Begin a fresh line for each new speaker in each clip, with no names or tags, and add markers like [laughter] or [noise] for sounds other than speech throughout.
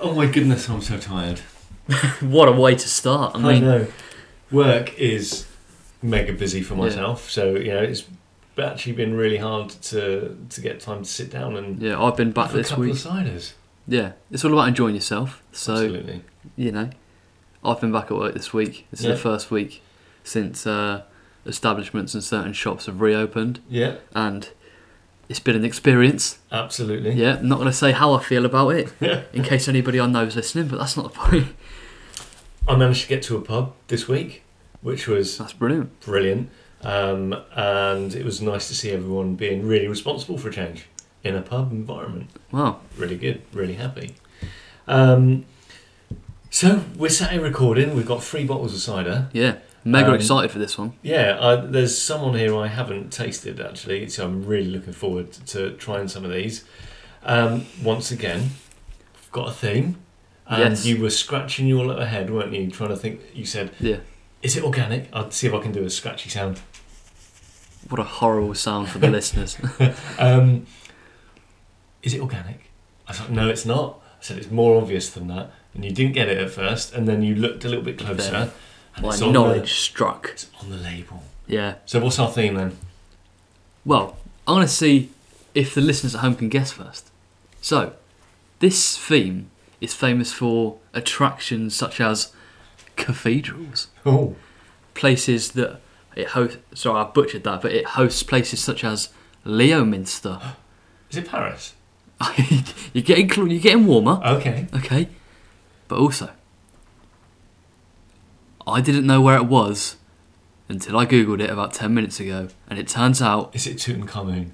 Oh my goodness, I'm so tired.
What a way to start. I
I
mean,
know. Work is mega busy for
Yeah.
myself, so you know it's actually been really hard to to get time to sit down and
yeah, I've been back
have a
this
couple
week.
of ciders.
Yeah, it's all about enjoying yourself. So,
Absolutely.
you know, I've been back at work this week. This
Yeah.
is the first week since uh, establishments and certain shops have reopened,
Yeah,
and it's been an experience.
absolutely.
Yeah, not going to say how I feel about it
Yeah.
in case anybody I know is listening, but that's not the point.
[laughs]
[laughs]
I managed to get to a pub this week, which was
That's brilliant.
brilliant, um, and it was nice to see everyone being really responsible for change in a pub environment.
Wow.
really good, really happy. Um, so we're sat here recording. We've got three bottles of cider.
Yeah. Mega
Um,
excited for this one.
Yeah, I, there's someone here I haven't tasted actually, so I'm really looking forward to trying some of these. Um, once again, we've got a theme, and
Yes.
you were scratching your little head, weren't you, trying to think? You said,
Yeah.
"Is it organic?" I'll see if I can do a scratchy sound.
What a horrible sound
[laughs]
for the listeners.
Um, is it organic? I was like, no, it's not. I said, it's more obvious than that. And you didn't get it at first, and then you looked a little bit closer.
Then
and
My
it's on
knowledge
The,
struck.
it's on the label.
Yeah.
So what's our theme then?
Well, I want to see if the listeners at home can guess first. So, this theme is famous for attractions such as cathedrals,
Oh,
places that it hosts. Sorry, I butchered that, but it hosts places such as Leominster. [laughs]
is it Paris?
you're getting cl- you're getting warmer,
Okay.
okay? But also, I didn't know where it was until I googled it about ten minutes ago, and it turns out
Is it Tutankhamun?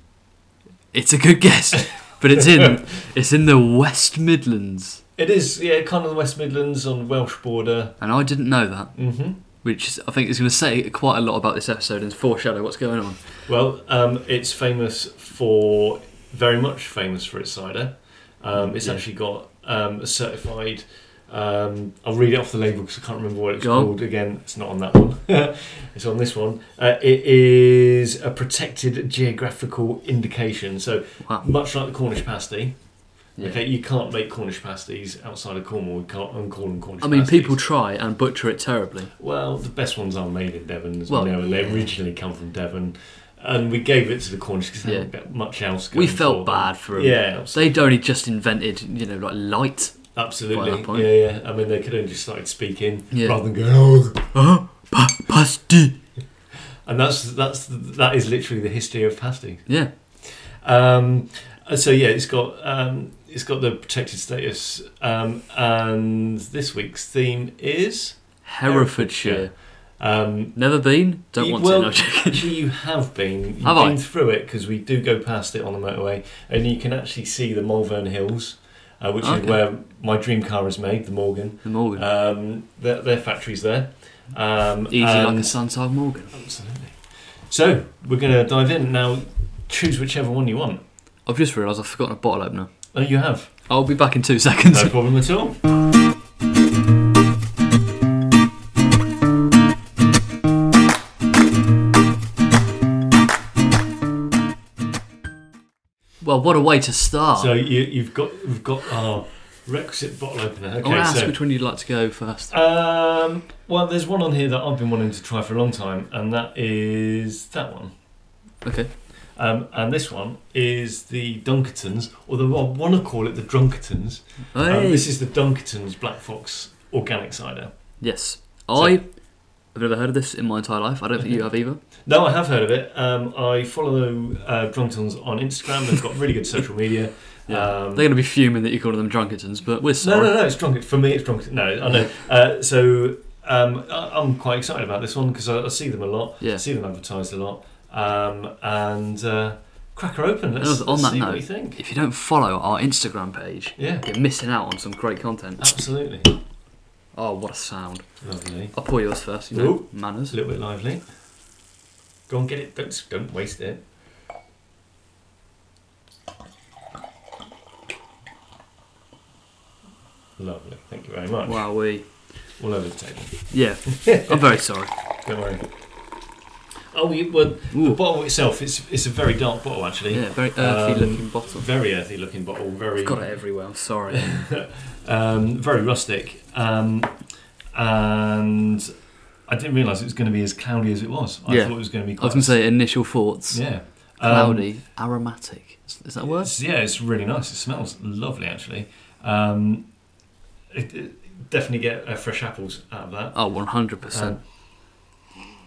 It's a good guess, [laughs] but it's in it's in the West Midlands,
It is, yeah, kind of the West Midlands on Welsh border.
and I didn't know that,
hmm
which is, I think is going to say quite a lot about this episode and foreshadow what's going on.
Well, um, it's famous for, very much famous for its cider. Um, it's
Yeah.
actually got um, a certified. Um, I'll read it off the label because I can't remember what it's
Go on.
called. Again, it's not on that one. [laughs] it's on this one. Uh, it is a protected geographical indication. So
Wow.
much like the Cornish pasty,
Yeah.
okay, you can't make Cornish pasties outside of Cornwall. You can't uncall them Cornish.
I mean,
pasties.
people try and butcher it terribly.
Well, the best ones are made in Devon, as
Well,
we know, and they
yeah.
originally come from Devon. And we gave it to the Cornish because they
Yeah.
haven't got much else.
We
going
felt
for them.
bad for them.
Yeah, abs-
They'd only just invented, you know, like light. by that
absolutely.
point.
Yeah, yeah. I mean, they could have just started speaking
Yeah.
rather than going. Oh.
Oh, pa- pasty.
And that's that's that is literally the history of pasty.
Yeah,
Um, uh, so yeah, it's got um, it's got the protected status. Um, and this week's theme is
Herefordshire.
Herefordshire. um,
Never been. Don't
You-
want
well,
to. No, joking.
Actually, you have been. You've
Have I?
been through it because we do go past it on the motorway, and you can actually see the Malvern Hills, uh, which
Okay.
is where my dream car is made, the Morgan.
The [laughs] Morgan.
Um, their, their factory's there. Um,
Easy like
and-
a sunside Morgan.
Absolutely. So we're going to dive in now. Choose whichever one you want.
I've just realised I've forgotten a bottle opener.
Oh, you
[laughs]
have
I'll be back in two seconds.
no problem at all.
Well, what a way to start.
So you, you've got we've got our requisite bottle opener. Okay,
I want to ask
so
which one you'd like to go first.
Um, well, there's one on here that I've been wanting to try for a long time, and that is that one.
Okay.
Um, and this one is the Dunkertons, although I want to call it the Drunkertons. Um,
Hey.
this is the Dunkertons Black Fox Organic Cider.
yes. I have never heard of this in my entire life. I don't think you have either.
No, I have heard of it. Um, I follow uh, Drunkertons on Instagram. They've got
[laughs]
really good social media. Um,
They're going to be fuming that you call them drunkertons, but we're
no,
sorry.
no, no, it's Drunk. For me, it's Drunk. No, I
[laughs]
know. Uh, so um, I- I'm quite excited about this one because I-, I see them a lot.
Yeah.
see them advertised a lot. Um, and uh, crack her open. Let's,
On
let's
that
see
note-
what you think.
If you don't follow our Instagram page,
Yeah,
you're missing out on some great content.
absolutely.
Oh, what a sound.
Lovely.
I'll pour yours first, you know,
Ooh. It's
manners.
a little bit lively. Go on, get it. Don't don't waste it. Lovely. Thank you very much.
Wow, we.
All over the table.
Yeah, I'm very sorry.
Don't worry. Oh, you, well, [laughs] the
Ooh.
bottle itself, it's it's a very dark bottle actually.
Yeah, very earthy
Um,
looking bottle.
Very earthy looking bottle. Very
I've got it everywhere. I'm sorry.
[laughs] um, very rustic, um, and I didn't realise it was going to be as cloudy as it was. I
Yeah.
thought it was going to be.
I
Quite,
was going to say initial thoughts.
yeah, Um,
Cloudy, aromatic. Is, is that a word?
it's- yeah, it's really nice. It smells lovely, actually. Um, it, it- definitely get uh, fresh apples out of that.
Oh, 100%.
Um,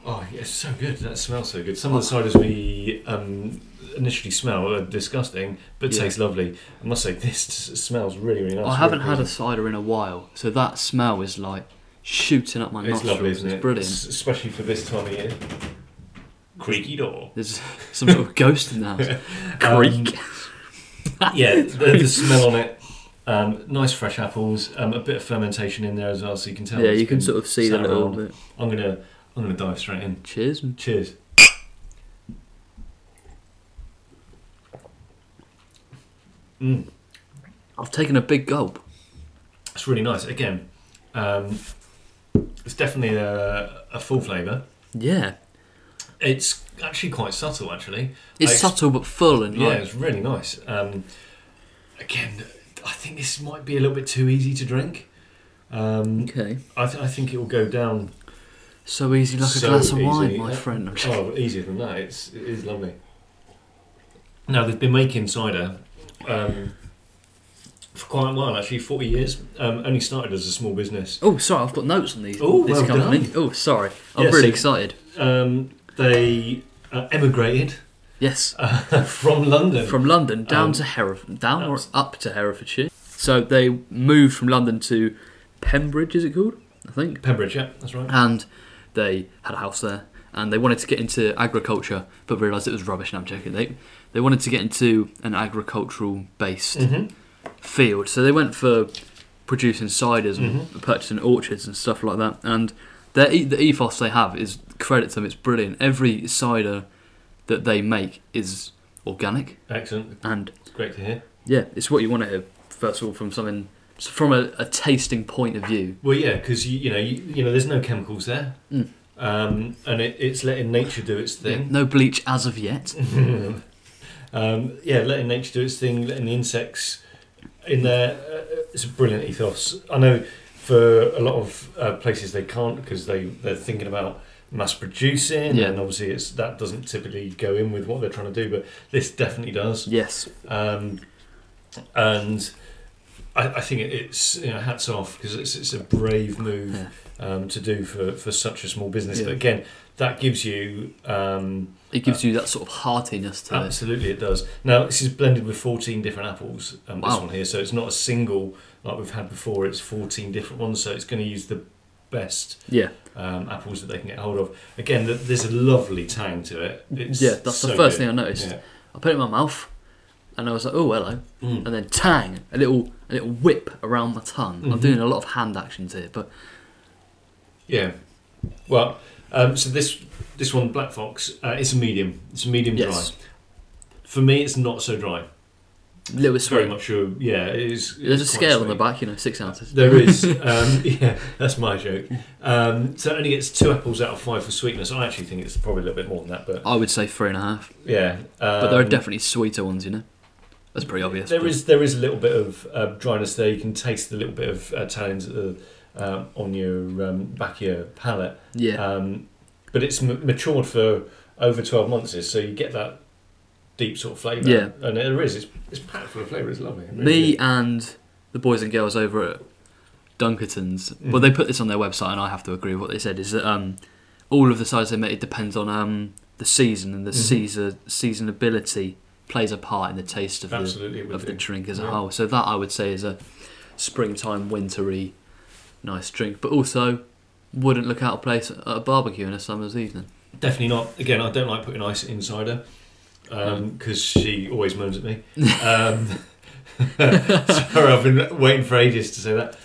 oh, yeah, it's so good. That smells so good. Some
Oh.
of the ciders we um, initially smell are disgusting, but
Yeah.
taste lovely. I must say, this s- smells really, really nice.
I haven't had a
Really
cider in a while, so that smell is like shooting up my
pleasant. It's
nostrils.
lovely, isn't it?
it's brilliant.
S- especially for this time of year. Creaky door.
There's [laughs] some sort of ghost in the house.
[laughs] Um,
Creak. [laughs]
yeah, the, the smell on it. Um, nice fresh apples. Um, a bit of fermentation in there as well, so you can tell.
[laughs] yeah,
it's
you can
been
sort of see the
sat
little
around.
bit.
I'm gonna, I'm gonna dive straight in.
Cheers.
Cheers. Mm.
I've taken a big gulp.
It's really nice. Again, um, it's definitely a, a full flavour.
Yeah.
It's actually quite subtle, actually.
It's
Like-
subtle but full and
Yeah,
like,
it's really nice. Um, again, I think this might be a little bit too easy to drink. Um,
okay.
I, th- I think it will go down.
So easy like a
So
glass of wine,
easy.
my friend. I'm sure.
Oh, easier than that. It's it is lovely. Now they've been making cider um, for quite a while, actually, forty years. Um, only started as a small business.
Oh, sorry, I've got notes on these.
Oh,
this
well
company.
done.
Oh, sorry. I'm
Yeah,
really
so-
excited.
um, they uh, emigrated [laughs]
Yes.
uh, from London.
From London down
Um,
to Hereford. Down or
that's-
up to Herefordshire. So they moved from London to Pembridge, is it called? I think.
Pembroke, yeah, that's right.
and they had a house there and they wanted to get into agriculture but realised it was rubbish and I'm joking they, they wanted to get into an agricultural based
Mhm.
field so they went for producing ciders and purchasing orchards and stuff like that and their, e- the ethos they have is credit to them it's brilliant every cider that they make is organic
Excellent.
and
It's great to hear.
yeah it's what you want to hear first of all from something from a, a tasting point of view
Well, yeah, because you, you know, you, you know, there's no chemicals there,
Mm.
um, and it, it's letting nature do its thing.
no bleach as of yet
[laughs] um, yeah, letting nature do its thing, letting the insects in there. Uh, it's a brilliant ethos. I know for a lot of uh, places they can't because they they're thinking about mass producing,
Yeah.
and obviously it's that doesn't typically go in with what they're trying to do, but this definitely does.
yes
um, and I, I think it's you know hats off because it's it's a brave move
Yeah.
um, to do for, for such a small business.
Yeah.
But again, that gives you um,
It gives you that sort of heartiness to it.
absolutely it does. Now this is blended with fourteen different apples. Um, This
Wow.
one here, so it's not a single like we've had before. It's fourteen different ones, so it's going to use the best.
Yeah,
Um, apples that they can get hold of. Again, th- there's a lovely tang to it. It's
yeah. That's
so
the first
good.
thing I noticed.
Yeah.
I put it in my mouth, and I was like, "Oh, hello,"
Mm.
and then tang, a little, a little whip around my tongue. I'm
Mhm.
doing a lot of hand actions here, but
Yeah. Well, um, so this this one, Black Fox, uh, it's a medium. It's a medium
yes,
dry. For me, it's not so dry.
little bit
It's very
sweet.
much a yeah. It is.
There's a
it's quite
scale on
sweet.
the back, you know, six ounces. [laughs]
There is. Um, yeah, that's my joke. Um, so it only gets two apples out of five for sweetness. I actually think it's probably a little bit more than that, but
I would say three and a half,
yeah. Um,
but there are definitely sweeter ones, you know. That's pretty obvious.
There
but-
is there is a little bit of uh, dryness there. You can taste the little bit of uh, tannins uh, um, on your um, back of your palate.
yeah,
Um, but it's m- matured for over 12 months, is so you get that deep sort of flavour.
Yeah.
And there is, it's, it's packed full of flavour, it's lovely. It really
me
is.
and the boys and girls over at Dunkerton's. Well,
Mm-hmm.
they put this on their website, and I have to agree with what they said. Is that um, all of the sides they make it depends on um, the season, and the
Mhm.
season seasonability plays a part in the taste of the
Absolutely, it would
of the
do.
drink as a
Yeah.
whole. So that I would say is a springtime, wintry, nice drink, but also wouldn't look out of place at a barbecue on a summer's evening.
Definitely not. Again, I don't like putting ice in cider because
Mm.
she always moans at me. Um, [laughs] sorry, I've been waiting for ages to say that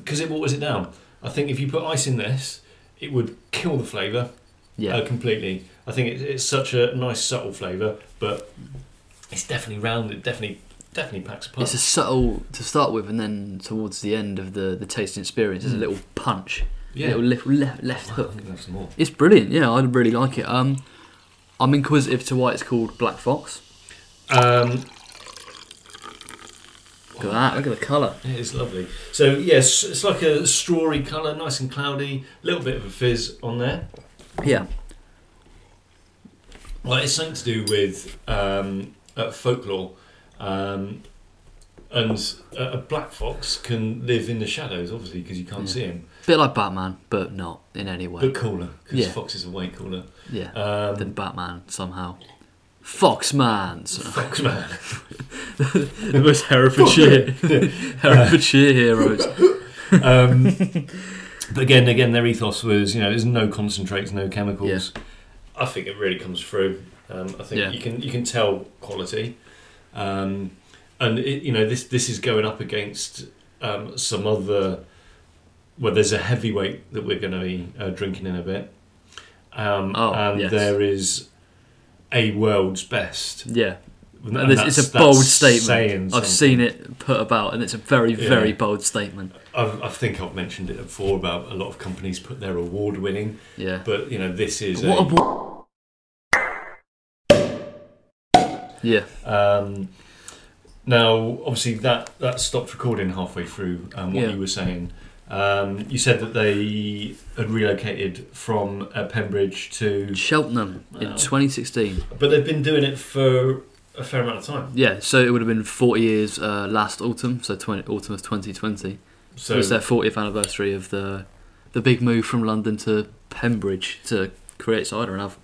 because it waters it down. I think if you put ice in this, it would kill the flavour.
Yeah,
uh, completely. I think it, it's such a nice subtle flavour, but it's definitely round. It definitely definitely packs a punch.
it's a subtle to start with, and then towards the end of the the tasting experience, is a
Mm.
little punch.
yeah.
little left, left, left
Wow,
hook.
I'm gonna have some more.
It's brilliant. Yeah, I really like it. Um, I'm inquisitive to why it's called Black Fox.
Um,
Look at that. Look at the colour.
it is lovely. So yes, it's like a strawy colour, nice and cloudy, little bit of a fizz on there.
Yeah.
Well, it's something to do with um, uh, folklore, um, and uh, a a black fox can live in the shadows, obviously, because you can't
Yeah.
see him.
Bit like Batman, but not in any way.
But cooler, because
Yeah.
foxes are way cooler.
yeah.
Um,
[laughs] than Batman somehow.
[laughs]
Foxman. so- [laughs]
fox man.
the
[laughs]
most Herefordshire, Herefordshire heroes.
Um,
[laughs]
but again, again, their ethos was you know there's no concentrates, no chemicals. I think it really comes through. Um, I think
Yeah.
you can you can tell quality, um, and it, you know this this is going up against um, some other. Well, there's a heavyweight that we're going to be uh, drinking in a bit, um,
Oh,
and
yes.
there is a world's best.
Yeah,
And
and this, it's
that's-
a bold
that's saying
statement. I've
something.
seen it put about, and it's a very,
Yeah.
very bold statement.
I've, I think I've mentioned it before about a lot of companies put their award winning
Yeah.
But you know, this is
What a
a,
wa- yeah,
um, now obviously that that stopped recording halfway through. Um, what
Yeah.
you were saying, um, you said that they had relocated from uh, Pembridge to,
Cheltenham in
Wow.
2016.
but they've been doing it for a fair amount of time.
Yeah, so it would have been 40 years uh, last autumn, so 20, autumn of 2020. So it
So
was their 40th anniversary of the the big move from London to Pembridge to create cider and have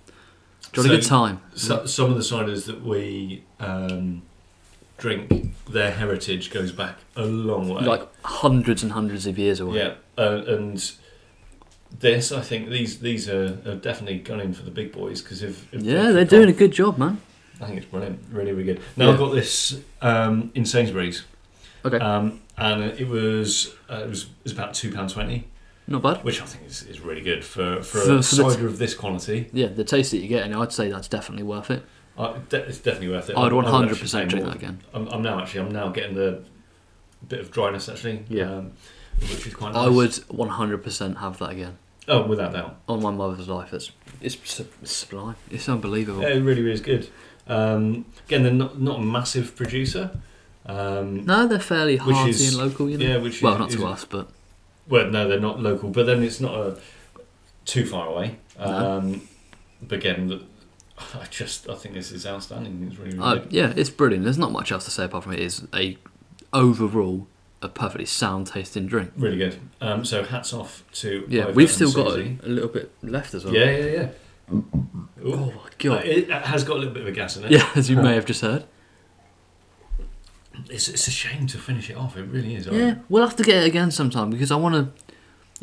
jolly
So-
good time.
so, some of the ciders that we um, drink, their heritage goes back a long way.
like hundreds and hundreds of years away.
yeah, uh, and this I think these these are, are definitely gunning for the big boys because if, if
Yeah, they're doing a good job, man.
I think it's brilliant, really, really good. Now
Yeah.
I've got this um, in Sainsbury's,
Okay,
um, and it was uh, it was it was about two pound twenty,
not bad.
which I think is, is really good for for,
For- for the
a cider
t-
of this quality.
Yeah, the taste that you get, and I'd say that's definitely worth it.
I, de- it's definitely worth it.
I'd
I'm-
one
I'm
hundred
actually paying
percent drink
more.
that again.
I'm, I'm now actually I'm now getting the bit of dryness actually.
Yeah.
um, which is quite nice.
I would one hundred percent have that again.
Oh, without doubt,
On my mother's life, it's it's su- sublime. It's unbelievable.
yeah, it really, really is good. Um, again, they're not not a massive producer. Um,
No, they're fairly
Which
hearty
is-
and local, you know.
Yeah, which
well,
is,
not
is
to us, but
Well, no, they're not local, but then it's not a, too far away.
No.
Um, but again, the- I just I think this is outstanding. It's really, really
uh,
good.
yeah, it's brilliant. There's not much else to say apart from it is a overall a perfectly sound tasting drink.
really good. Um, so hats off to
Yeah,
Ivo
we've
and
still got
Susie.
a, a little bit left as well.
yeah, yeah, yeah. Ooh. Uh,
Oh my god. [laughs]
It has got a little bit of a gas in it.
Yeah, as you may have just heard.
It's, it's a shame to finish it off. It really is. I-
Yeah, we'll have to get it again sometime because I want to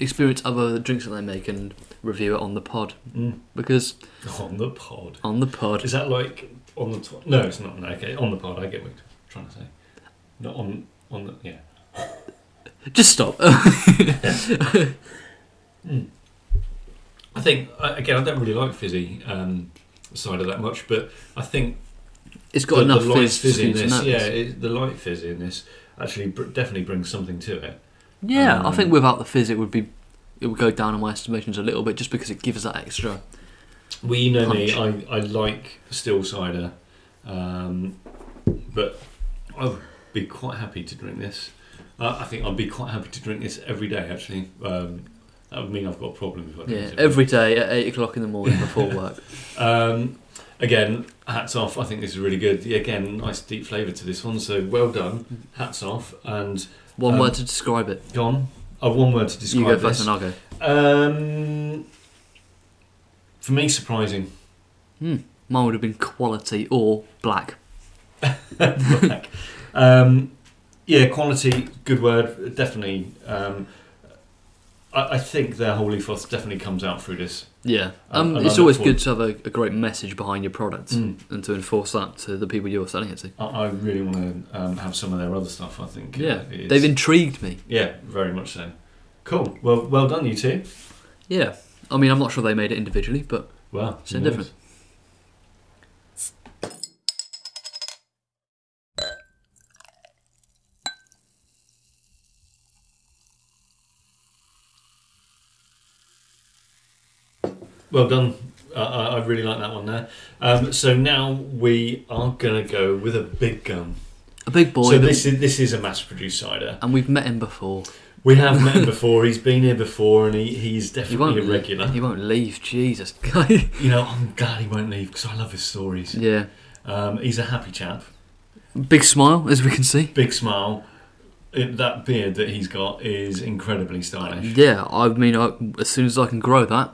experience other drinks that they make and review it on the pod.
Mm.
Because
On the pod.
on the pod,
Is that like on the top? No, it's not. No, okay. On the pod, I get what you're trying to say. Not on on the yeah.
[laughs] just stop.
I think I- again, I don't really like fizzy um, cider that much, but I think
it's got
the,
enough
the light
fizz,
fizz
for you
in
to
this.
notice.
Yeah, it, the light fizz in this actually br- definitely brings something to it.
Yeah, I
Um,
think without the fizz, it would be it would go down in my estimations a little bit just because it gives that extra.
Well, you know me, I, I like still cider, um, but I'd be quite happy to drink this. Uh, I think I'd be quite happy to drink this every day. Actually, um, that would mean I've got a problem if I drink
Yeah,
it
every day at eight o'clock in the morning before
[laughs]
work.
Um, again, hats off. I think this is really good. Yeah, again, nice deep flavour to this one. So well done. Hats off. And
One
Um,
word to describe it.
gone. Oh, one word to describe
You go
this.
first, and I'll go.
Um, for me, surprising. [laughs]
Hmm. Mine would have been quality or black.
um, yeah, quality. Good word. Definitely. Um, I, I think their holy fuss definitely comes out through this.
Yeah,
Um,
um,
and I
it's
look
always
forward-
good to have a, a great message behind your product
Mm.
and to enforce that to the people you're selling it to.
I, I really want to um, have some of their other stuff. I think.
Yeah,
it is-
they've intrigued me.
Yeah, very much so. Cool. Well, well done, you two.
Yeah, I mean, I'm not sure they made it individually, but
Wow.
So
who
different.
knows? Well done. I, I I really like that one there. Um, so now we are going to go with a big gun.
A big boy,
so
but-
this is this is a mass-produced cider.
and we've met him before.
We have
[laughs]
met him before. He's been here before, and he, he's
He
definitely
won't.
a regular.
He won't leave. Jesus,
[laughs]
guy.
You know, I'm glad he won't leave because I love his stories.
yeah,
Um, he's a happy chap,
big smile as we can see.
big smile. It, that beard that he's got is incredibly stylish. [laughs]
Yeah, I mean, I, as soon as I can grow that,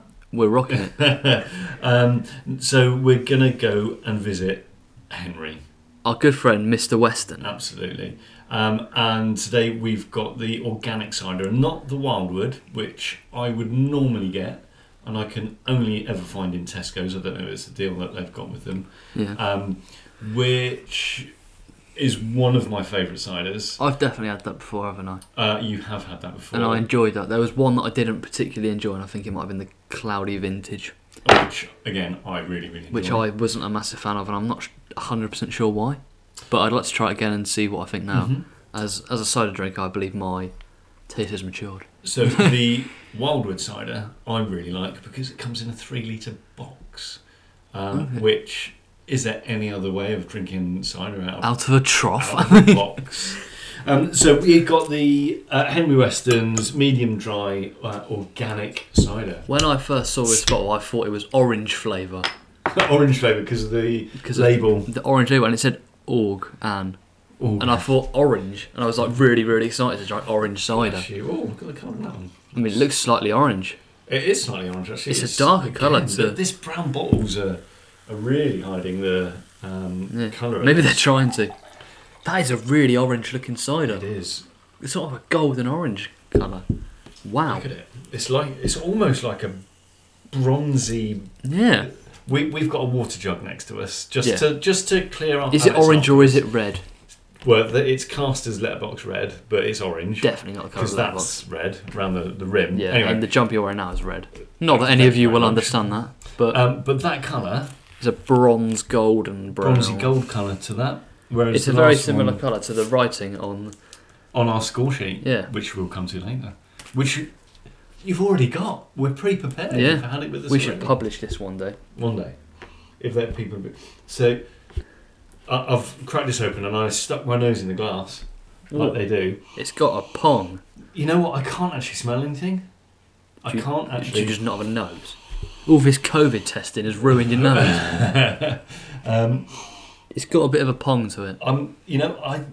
[laughs]
we're rocking it.
um, so we're gonna go and visit Henry.
Our good friend, Mr. Weston.
Absolutely. Um, and today we've got the organic cider, not the wildwood, which I would normally get, and I can only ever find in Tesco's. I don't know if it's the deal that they've got with them,
Yeah,
um, which is one of my favourite ciders.
I've definitely had that before, haven't I?
Uh, you have had that before,
And I enjoyed that. There was one that I didn't particularly enjoy, and I think it might have been the Cloudy Vintage,
which again I really really
which
enjoy.
I wasn't a massive fan of, and I'm not sh- 100% sure why. But I'd like to try it again and see what I think now.
Mhm.
As as a cider drinker, I believe my taste has matured.
So the [laughs] wildwood cider I really like because it comes in a three litre box, um,
Okay.
which is there any other way of drinking cider out of
Out of a trough.
[laughs] out of the box. Um, so we got the uh, Henry Weston's medium dry uh, organic cider, [laughs]
When I first saw this bottle, I thought it was orange flavour
orange flavour because of the
because of
label.
the orange label, and it said org and
Oh,
and I thought orange, and I was like really really excited to try orange cider.
bless you. Oh, God, I can't remember that one.
I mean, it looks slightly orange.
It is slightly orange actually.
It's a darker colour
again,
to-
th- This brown bottles are, are really hiding the um,
Yeah.
colour. of
Maybe
it.
they're trying to. That is a really orange looking
It
cider.
is.
It's sort of a golden orange colour. Wow.
Look at it. It's like it's almost like a bronzy.
Yeah.
We, we've got a water jug next to us just
Yeah.
to just to clear up.
Is it orange or is it red?
Well, th it's cast as letterbox red, but it's orange
Definitely not the colour of
because
that box.
that's red around the, the rim.
Yeah,
Anyway,
and the jumper you're wearing now is red. Not that any of you will understand that, but
um, but that colour,
it's a bronze golden brown.
bronzy gold colour to that. Whereas
It's
the
a very
last
similar
one
colour to the writing on.
on our score sheet,
Yeah.
which we'll come to later. Which you- you've already got. We're pre-prepared.
Yeah.
You've had it with us.
We should
already.
publish this one day.
one day if that people. So I, I've cracked this open and I stuck my nose in the glass like
Ooh.
they do.
It's got a pong.
You know what? I can't actually smell anything. I
Do you-
can't
Do
actually.
you just not have a nose? All this COVID testing has ruined
[laughs]
your nose.
um,
it's got a bit of a pong to it.
I'm, you know, I.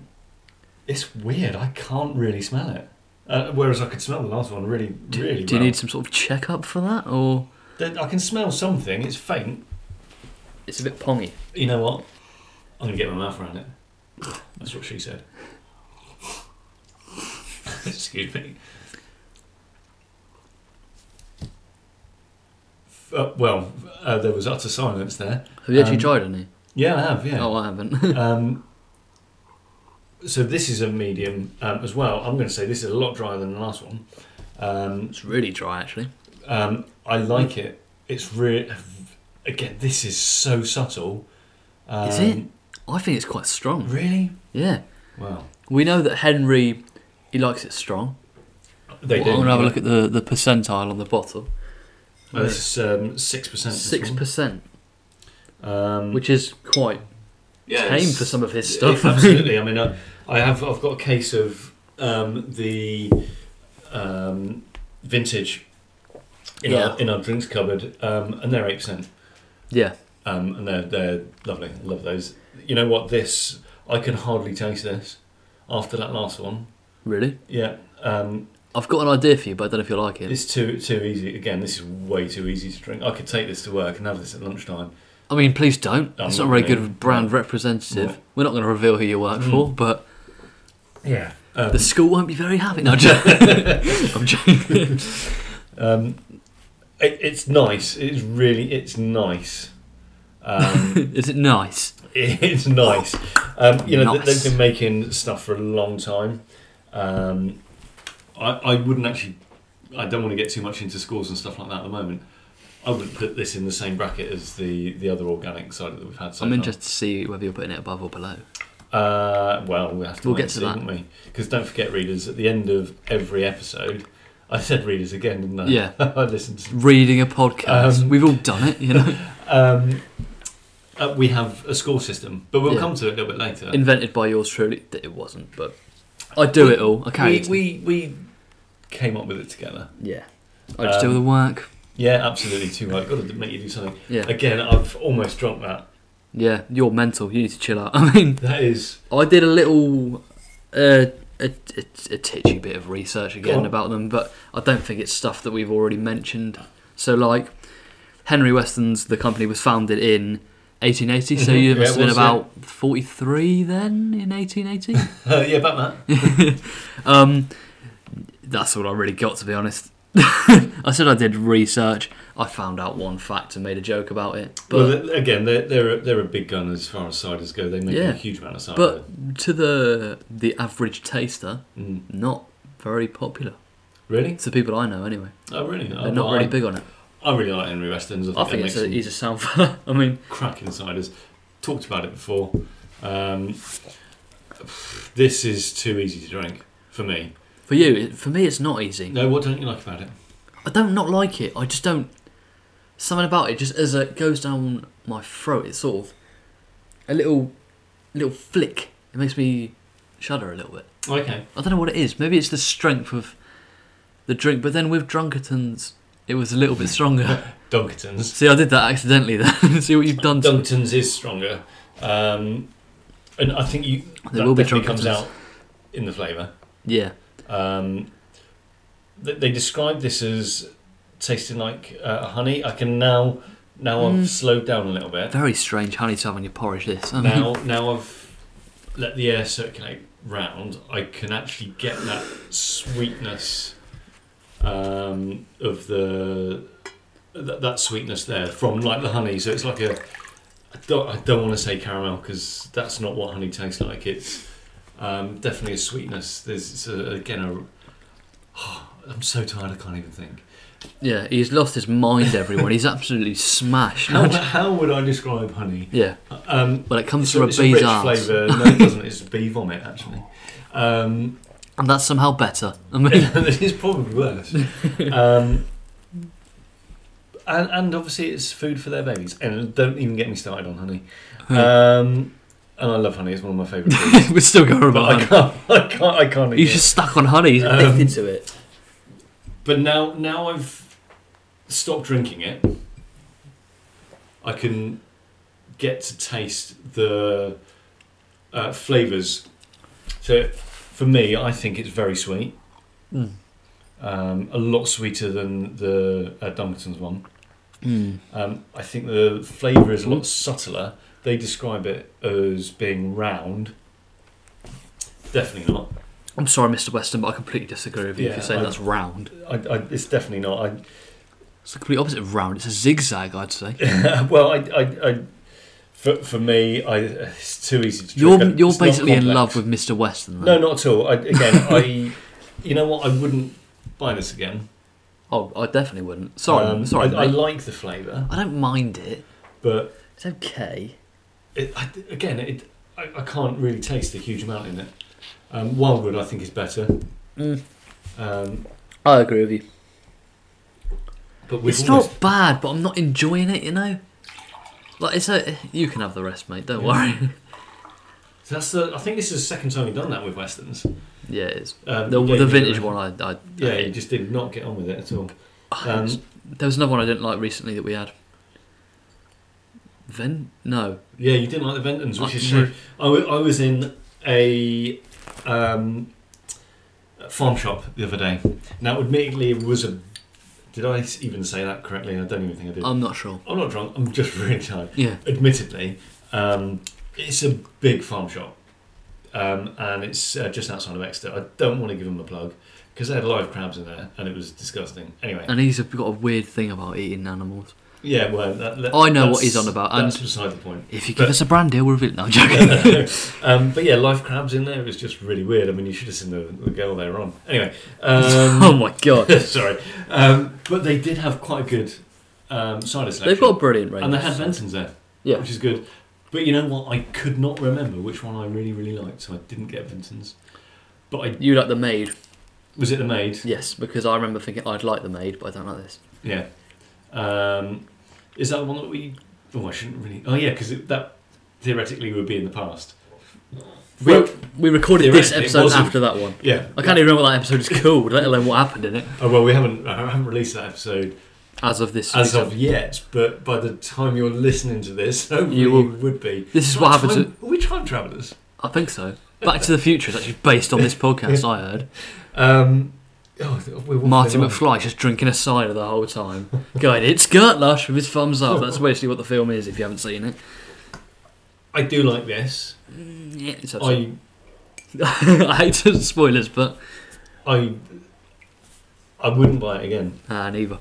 It's weird. I can't really smell it. Uh, whereas I could smell the last one really,
Do,
really.
do you
well.
need some sort of checkup for that, or
There- I can smell something. It's faint.
it's a bit pongy?
You know what? I'm gonna get my mouth around it. That's what she said. [laughs] Excuse me. F- Uh, well, uh, there was utter silence there.
Have you actually
Um,
tried any?
Yeah, I have. Yeah.
Oh, I haven't. [laughs]
Um, so this is a medium um, as well. I'm going to say this is a lot drier than the last one. Um,
it's really dry, actually.
um, I like it. It's really again. This is so subtle. Um,
Is it? I think it's quite strong.
really?
Yeah,
Wow.
we know that Henry, he likes it strong.
They
Well,
do.
I'm gonna have a look at the, the percentile on the bottle.
Oh, this is six percent.
Six percent,
Um,
which is quite tame
it's-
for some of his
it-
stuff. [laughs]
absolutely. I mean, I, I have. I've got a case of um, the um, vintage in,
Yeah.
our, in our drinks cupboard, um, and they're eight percent.
yeah,
um, and they're they're lovely. I love those. You know what? This I can hardly taste this after that last one.
really.
Yeah, um,
I've got an idea for you, but I don't know if you like it.
it's too too easy. Again, this is way too easy to drink. I could take this to work and have this at lunchtime.
I mean, please don't.
I'm
it's
not
not a very
gonna-
good brand representative.
Right.
We're not going to reveal who you work
Mm.
for, but
Yeah. Um,
the school won't be very happy. No, I'm
[laughs]
joking. I'm joking.
um, it, it's nice. It's really it's nice. Um,
[laughs] Is it nice?
it's nice. Um, you know th-
Nice.
they've been making stuff for a long time. Um, I, I wouldn't actually. I don't want to get too much into scores and stuff like that at the moment. I would put this in the same bracket as the, the other organic cider that we've had. So
I'm
far.
interested to see whether you're putting it above or below.
Uh, well, we have to
We'll
wait
get
and
to
see,
that.
won't we? Because don't forget, readers, at the end of every episode, [laughs] I said readers again, didn't I?
Yeah.
[laughs] I listened to
Reading a podcast.
Um,
We've all done it,
[laughs]
you know.
um, uh, we have a score system, but we'll
Yeah.
come to it a little bit later.
Invented by yours truly. Th- It wasn't, but I do it all. I carry
we,
it.
we we came up with it together.
yeah. I just do
Um,
all the work.
Yeah, absolutely. Too right. Got to make you do something.
Yeah.
Again, I've almost drunk that.
Yeah. You're mental. You need to chill out. [laughs] I mean,
That is
I did a little, uh, a, a, a titchy bit of research
Go
again
on.
about them, but I don't think it's stuff that we've already mentioned. So, like, Henry Weston's, the company was founded in 1880, so
Mhm.
you
Yeah,
must
it
have been
was,
about 43 then in 1880.
uh, yeah about
[laughs] um, that's all I really got, to be honest. [laughs] I said I did research. I found out one fact and made a joke about it.
that.
But
Well, th- again, they're they're a, they're a big gun as far as ciders go. They make
Yeah.
a huge amount of cider.
but to the the average taster,
Mm.
not very popular
really,
to people I know. Anyway,
oh really?
they're not really big on it.
I, I really like Henry Weston's. I
I
think,
think
they
it's
make
a, e-
some
he's a sound fella. [laughs] I mean,
cracking ciders. Talked about it before. Um, this is too easy to drink for me.
for you, it- for me, it's not easy.
No, what don't you like about it?
I don't not like it. I just don't. Something about it just as it goes down my throat, it's sort of a little little flick. It makes me shudder a little bit.
Okay,
I don't know what it is. Maybe it's the strength of the drink, but then with Drunkertons, it was a little
[laughs]
bit stronger.
Dunkertons.
See, I did that accidentally then. [laughs] See what you've done to
Dunkertons is stronger, um, and I think you
There
that
will be
definitely comes
Dunkertons.
out in the flavour.
Yeah.
Um, th- they describe this as tasting like uh, honey. I can now, now
Mm.
I've slowed down a little bit.
Very strange honey to have on your porridge, this. I mean,
Now, now I've let the air circulate round. I can actually get that sweetness um, of the th- that sweetness there from like the honey. So it's like a. I don't, I don't want to say caramel because that's not what honey tastes like. It's um, definitely a sweetness. There's it's a, again a. [sighs] am so tired. I can't even think.
Yeah, he's lost his mind, everyone. He's absolutely smashed.
How, how would I describe honey?
Yeah,
Um,
well, it comes
it's
from
a,
a
it's
bee's
rich
arse.
flavour. No, it doesn't. It's bee vomit actually. Um, [laughs]
And that's somehow better. I mean, [laughs]
it is probably worse. Um, and, and obviously, it's food for their babies. And don't even get me started on honey. Um, and I love honey; it's one of my
[laughs]
favourite foods.
we're still going
but
about
I
honey.
can't, I can't, I can't eat
He's
it.
just stuck on honey. He's
Um,
addicted to it.
But now, now I've stopped drinking it. I can get to taste the uh, flavours. So, for me, I think it's very sweet.
Mm.
um, a lot sweeter than the uh, Dunkerton's one.
Mm.
Um, I think the flavour is a lot subtler. They describe it as being round. Definitely not.
I'm sorry, Mr. Weston, but I completely disagree with you if
Yeah,
you're saying
I-
that's round.
I, I, it's definitely not.
It's the complete opposite of round. It's a zigzag,
[laughs]
I'd say.
I, well, I, I, I, for, for me, I, it's too easy to.
You're
trick.
you're
It's not
basically in
complex.
love with Mr. Weston.
No,
Then.
not at all. I, again,
[laughs]
I, you know what? I wouldn't buy this again.
Oh, I definitely wouldn't. Sorry,
Um,
sorry.
I, I
mate.
like the flavour,
I don't mind it.
but
It's okay.
it, I, again, it, I, I can't really taste a huge amount in it. Um, Wildwood, I think, is better.
Mm.
Um,
I agree with you.
but we've
it's
almost,
not bad, but I'm not enjoying it. You know, like it's a you can have the rest, mate. Don't
Yeah.
worry.
that's the. I think this is the second time we've done that with westerns.
[laughs] yeah, it's
Um,
the,
yeah,
the
you
vintage
did-
one. I, I
Yeah,
I-
you just did not get on with it at all.
I-
Um,
there was another one I didn't like recently that we had. Then no,
Yeah, you didn't like the Ventons, which
I-
is true. I, wa- I was in a um, farm shop the other day. Now, admittedly, it was a. Did I even say that correctly? I don't even think I did.
I'm not sure.
I'm not drunk. I'm just [laughs] really tired.
Yeah,
admittedly, um, it's a big farm shop, um, and it's uh, just outside of Exeter. I don't want to give them a plug because they had live crabs in there, and it was disgusting. Anyway,
and he's got a weird thing about eating animals.
yeah, well, that, that-
I know what
that's-
he's on about,
That's
and-
beside the point.
If you give
But-
us a brand deal, we'll reveal it. No, I'm joking.
[laughs] um, but yeah, live crabs in there. It was just really weird. I mean, you should have seen the, the girl they were on. Anyway, um,
[laughs] oh my god.
[laughs] sorry, um, but they did have quite a good um, cider selection.
They've got a brilliant range.
and they had Ventons there.
Yeah.
which is good. But you know what? I could not remember which one I really, really liked, so I didn't get Vincent's. But I,
You like the maid.
Was it the maid?
Yes, because I remember thinking I'd like the maid, but I don't like this.
Yeah. Um, is that the one that we? Oh, I shouldn't really. Oh, yeah, because that theoretically would be in the past.
We, we recorded this
theoretically, it
episode
wasn't.
after that one.
Yeah.
I can't even remember what that episode is called, let alone what happened in it.
Oh well, we haven't. I haven't released that episode
As of this,
as
episode.
of yet, but by the time you're listening to this, [laughs] hopefully
You will.
you would be.
this is what happened to.
Time- Are we time travelers?
I think so. Back to the Future is actually based on this podcast. I heard
Um, oh, we're waffling
Marty
on.
McFly just drinking a cider the whole time, going "It's Gert Lush" with his thumbs up. That's basically what the film is. If you haven't seen it,
I do like this.
Mm, yeah, it's upset.
I
[laughs] I hate to spoilers, but
I I wouldn't buy it again.
uh, neither.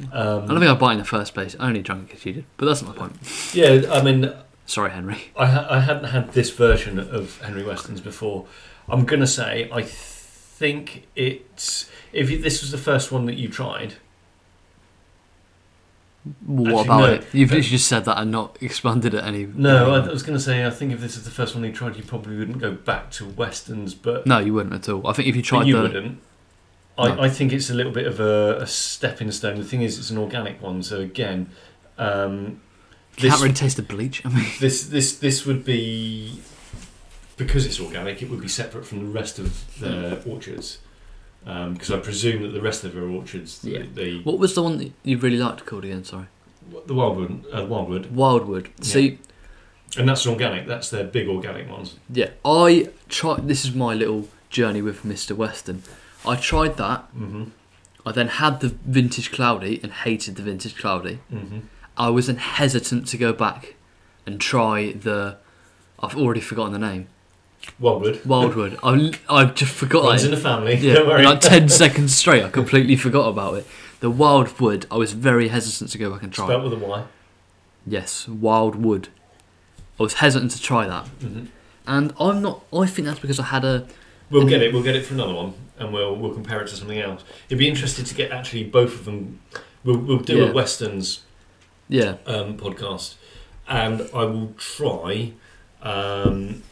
I don't
Um,
think I bought in the first place. I only drank because you did, but that's not my point.
yeah, I mean,
Sorry, Henry.
I, ha- I hadn't had this version of Henry Weston's before. I'm gonna say I think it's if you, this was the first one that you tried.
What
Actually,
about
no.
it? You've
Uh,
literally just said that and not expanded it any.
No, I, I was gonna say I think if this is the first one you tried, you probably wouldn't go back to westerns, but
no, you wouldn't at all. I think if you
but
tried
you
the
wouldn't. I,
No.
I think it's a little bit of a, a stepping stone. The thing is, it's an organic one, so again, um,
can't
this
really taste the bleach. I mean,
this this this would be because it's organic. It would be separate from the rest of their orchards, because I presume that the rest of their orchards,
Yeah.
the,
what was the one that you really liked called again? Sorry,
the the wildwood, uh, wildwood,
Wildwood. See,
and that's organic. That's their big organic ones.
yeah, I tried. This is my little journey with Mister Weston. I tried that.
hmm
I then had the vintage cloudy and hated the vintage cloudy.
hmm
I was then hesitant to go back and try the. I've already forgotten the name.
Wildwood. [laughs]
Wildwood. I I just forgot.
Runs
it.
in the family.
Yeah,
Don't worry. [laughs]
like 10 seconds straight, I completely forgot about it. The Wild Wood, I was very hesitant to go back and try.
Spelt with a Y.
Yes, Wild Wood. I was hesitant to try that.
Mhm.
And I'm not, I think that's because I had a,
We'll get it. We'll get it for another one, and we'll we'll compare it to something else. It'd be interesting to get actually both of them. We'll, we'll do
Yeah.
a westerns
yeah,
um, podcast, and I will try um,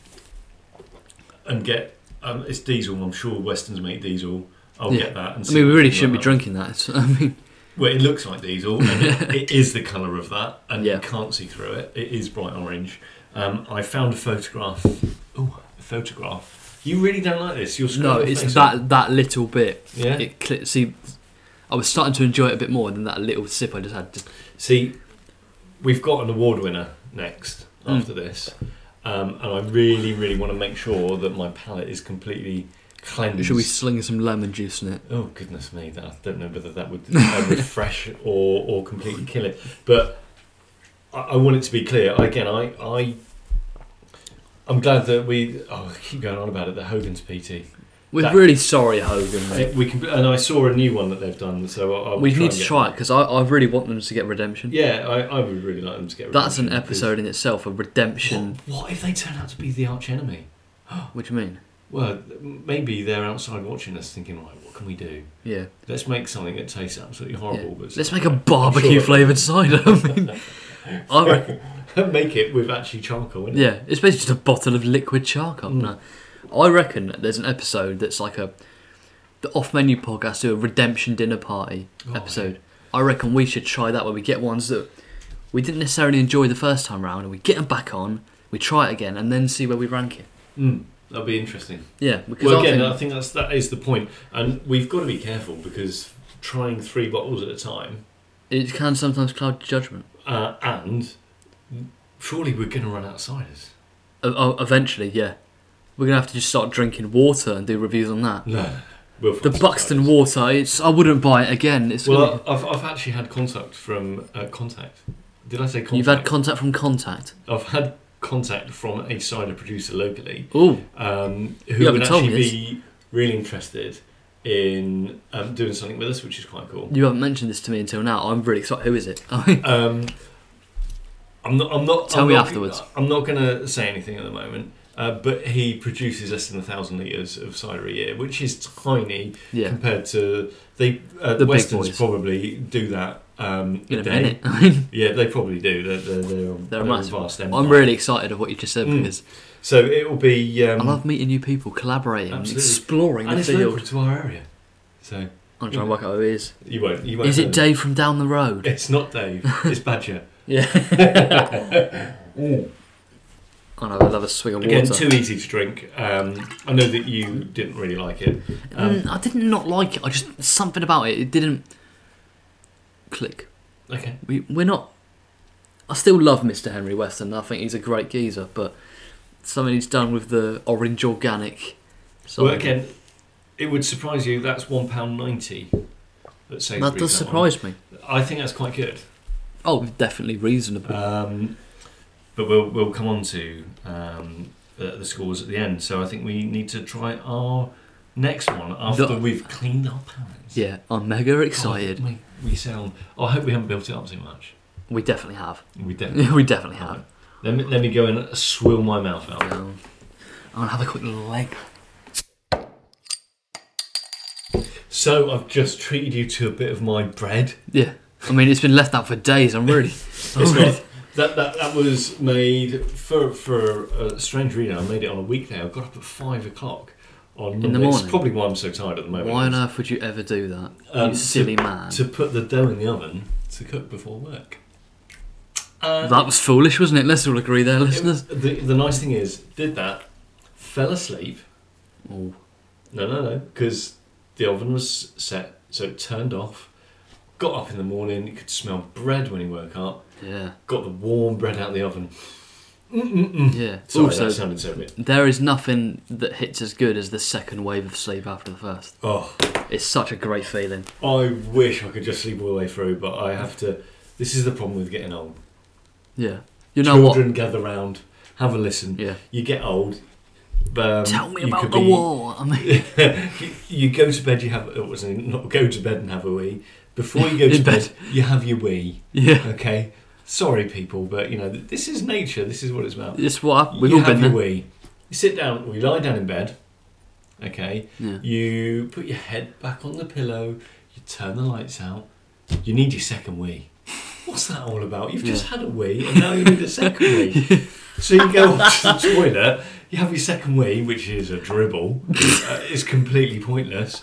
and get. Um, it's diesel. I'm sure Westerns make diesel. I'll
Yeah.
get that. And
I mean, we
what
really
it's
shouldn't be
about.
drinking that. It's- [laughs] I mean,
Well, it looks like diesel. And
[laughs]
it, it is the colour of that, and
Yeah.
you can't see through it. It is bright orange. Um, I found a photograph. Oh, a photograph. You really don't like this. You're
no,
screwing your
it's
face
that
up.
that little bit.
Yeah.
It cli see, I was starting to enjoy it a bit more than that little sip I just had. Just,
See, we've got an award winner next
Mm.
after this, um, and I really, really want to make sure that my palate is completely cleansed.
should we sling some lemon juice in it?
Oh goodness me! That, I don't know whether that would uh,
[laughs]
refresh or or completely kill it, but I, I want it to be clear. Again, I I. I'm glad that we. Oh, I keep going on about it. The Hogan's PT.
We're
That-
really sorry, Hogan. mate.
Uh, We can, and I saw a new one that they've done, so I, I will
we need
and
to
get-
try it because I, I really want them to get redemption.
Yeah, I, I would really like them to get.
That's an
redemption, 'cause-
episode in itself, a redemption.
What, what if they turn out to be the arch enemy?
What do you mean?
Well, maybe they're outside watching us, thinking, right, what can we do?
Yeah.
Let's make something that tastes absolutely horrible. But
Let's make a barbecue flavoured cider. I [laughs] mean, I reckon-
[laughs] make it with actually charcoal. Isn't
yeah, it's basically just a bottle of liquid charcoal.
Mm.
No. I reckon there's an episode that's like a the off-menu podcast do a redemption dinner party
Oh,
episode. I reckon we should try that where we get ones that we didn't necessarily enjoy the first time round, and we get them back on, we try it again, and then see where we rank it.
it? Mm, that'd be interesting.
Yeah, Hmm. because
Well,
I
again,
think-
I think that's that is the point, and we've got to be careful because trying three bottles at a time,
it can sometimes cloud judgment.
uh, and surely we're going to run outsiders.
Uh, oh, eventually, yeah, we're gonna have to just start drinking water and do reviews on that.
No, we'll
The
find
Buxton
outsiders.
water, it's I wouldn't buy it again. It's
Well, I've, I've actually had contact from uh, contact. Did I say contact?
you've had contact from contact.
I've had contact from a cider producer locally
Oh,
um,
You
who
haven't
would
told me
actually be really interested in um, doing something with us, which is quite cool.
you haven't mentioned this to me until now. I'm really excited. Who is it? [laughs] I
Um, I'm not. I'm not.
Tell
I'm
me
not-
afterwards.
I'm not going to say anything at the moment. Uh, but he produces less than a thousand liters of cider a year, which is tiny
yeah,
compared to they. Uh,
The big
Westerns
boys.
probably do that um,
in a
day.
minute. [laughs] I mean,
Yeah, they probably do. They're they're, they're,
They're massive.
vast empire.
I'm really excited of what you just said
Mm.
because
So it will be. Um,
I love meeting new people, collaborating, and
Absolutely.
exploring
and
the
it's
field.
local to our area, so
I'm trying to work out who it is.
you won't. You won't
Is
know.
it Dave from down the
[laughs]
road?
It's not
[laughs]
Dave. It's Badger.
Yeah.
[laughs]
I know. I love a swig of water.
Again, too easy to drink. Um, I know that you didn't really like it. Um,
Mm, I did not like it. I just something about it. It didn't click.
okay.
We we're not. I still love Mr. Henry Weston. I think he's a great geezer, but something he's done with the orange organic. side.
Well, again, it would surprise you. That's one pound ninety. That
that does surprise me.
I think that's quite good.
Oh, definitely reasonable.
Um, but we'll we'll come on to um, the, the scores at the end. So I think we need to try our next one after
The-
we've cleaned our pants.
yeah, I'm mega
God,
excited.
we, we sound. I hope we haven't built it up too much.
We definitely have.
We definitely.
[laughs] we definitely have.
Let me, let me go and swill my mouth out.
Um, I'm gonna have a quick leg.
So I've just treated you to a bit of my bread.
Yeah. I mean, it's been left out for days.
[laughs]
I'm really. I'm
It's
really-
got, that, that that was made for for a strange reason. I made it on a weekday. I got up at five o'clock on
the
Monday.
morning?
It's probably why I'm so tired at the moment.
Why on earth would you ever do that?
Um,
you
to-
silly man.
to put the dough in the oven to cook before work. Uh,
That was foolish, wasn't it? Let's all agree there,
it was-
listeners.
the, the nice thing is, did that, fell asleep.
Oh,
No, no, no, because the oven was set, so it turned off. Got up in the morning, you could smell bread when you woke up.
yeah,
Got the warm bread out of the oven.
yeah.
Mm. Sorry,
also,
that sounded so weird.
there is nothing that hits as good as the second wave of sleep after the first.
Oh,
It's such a great feeling.
I wish I could just sleep all the way through, but I have to. This is the problem with getting old.
Yeah. You know
Children gather round, have a listen.
what? Yeah.
You get old. Um,
Tell me
you
about
could
the
be-
war. I mean,
[laughs] you, you go to bed, you have it was not go to bed and have a wee. Before you
[laughs]
go
In
to bed,
bed.
you have your wee.
yeah.
Okay, sorry people, but you know th- this is nature. This is what it's about.
[laughs] It's what happened. we've
you
all
have
been
your
there.
wee. You sit down. or you lie down in bed. Okay,
Yeah.
you put your head back on the pillow. You turn the lights out. You need your second wee. What's that all about? You've just had a wee and now you need a second
[laughs]
wee. So you go [laughs] to the toilet, you have your second wee, which is a dribble. uh, it's completely pointless.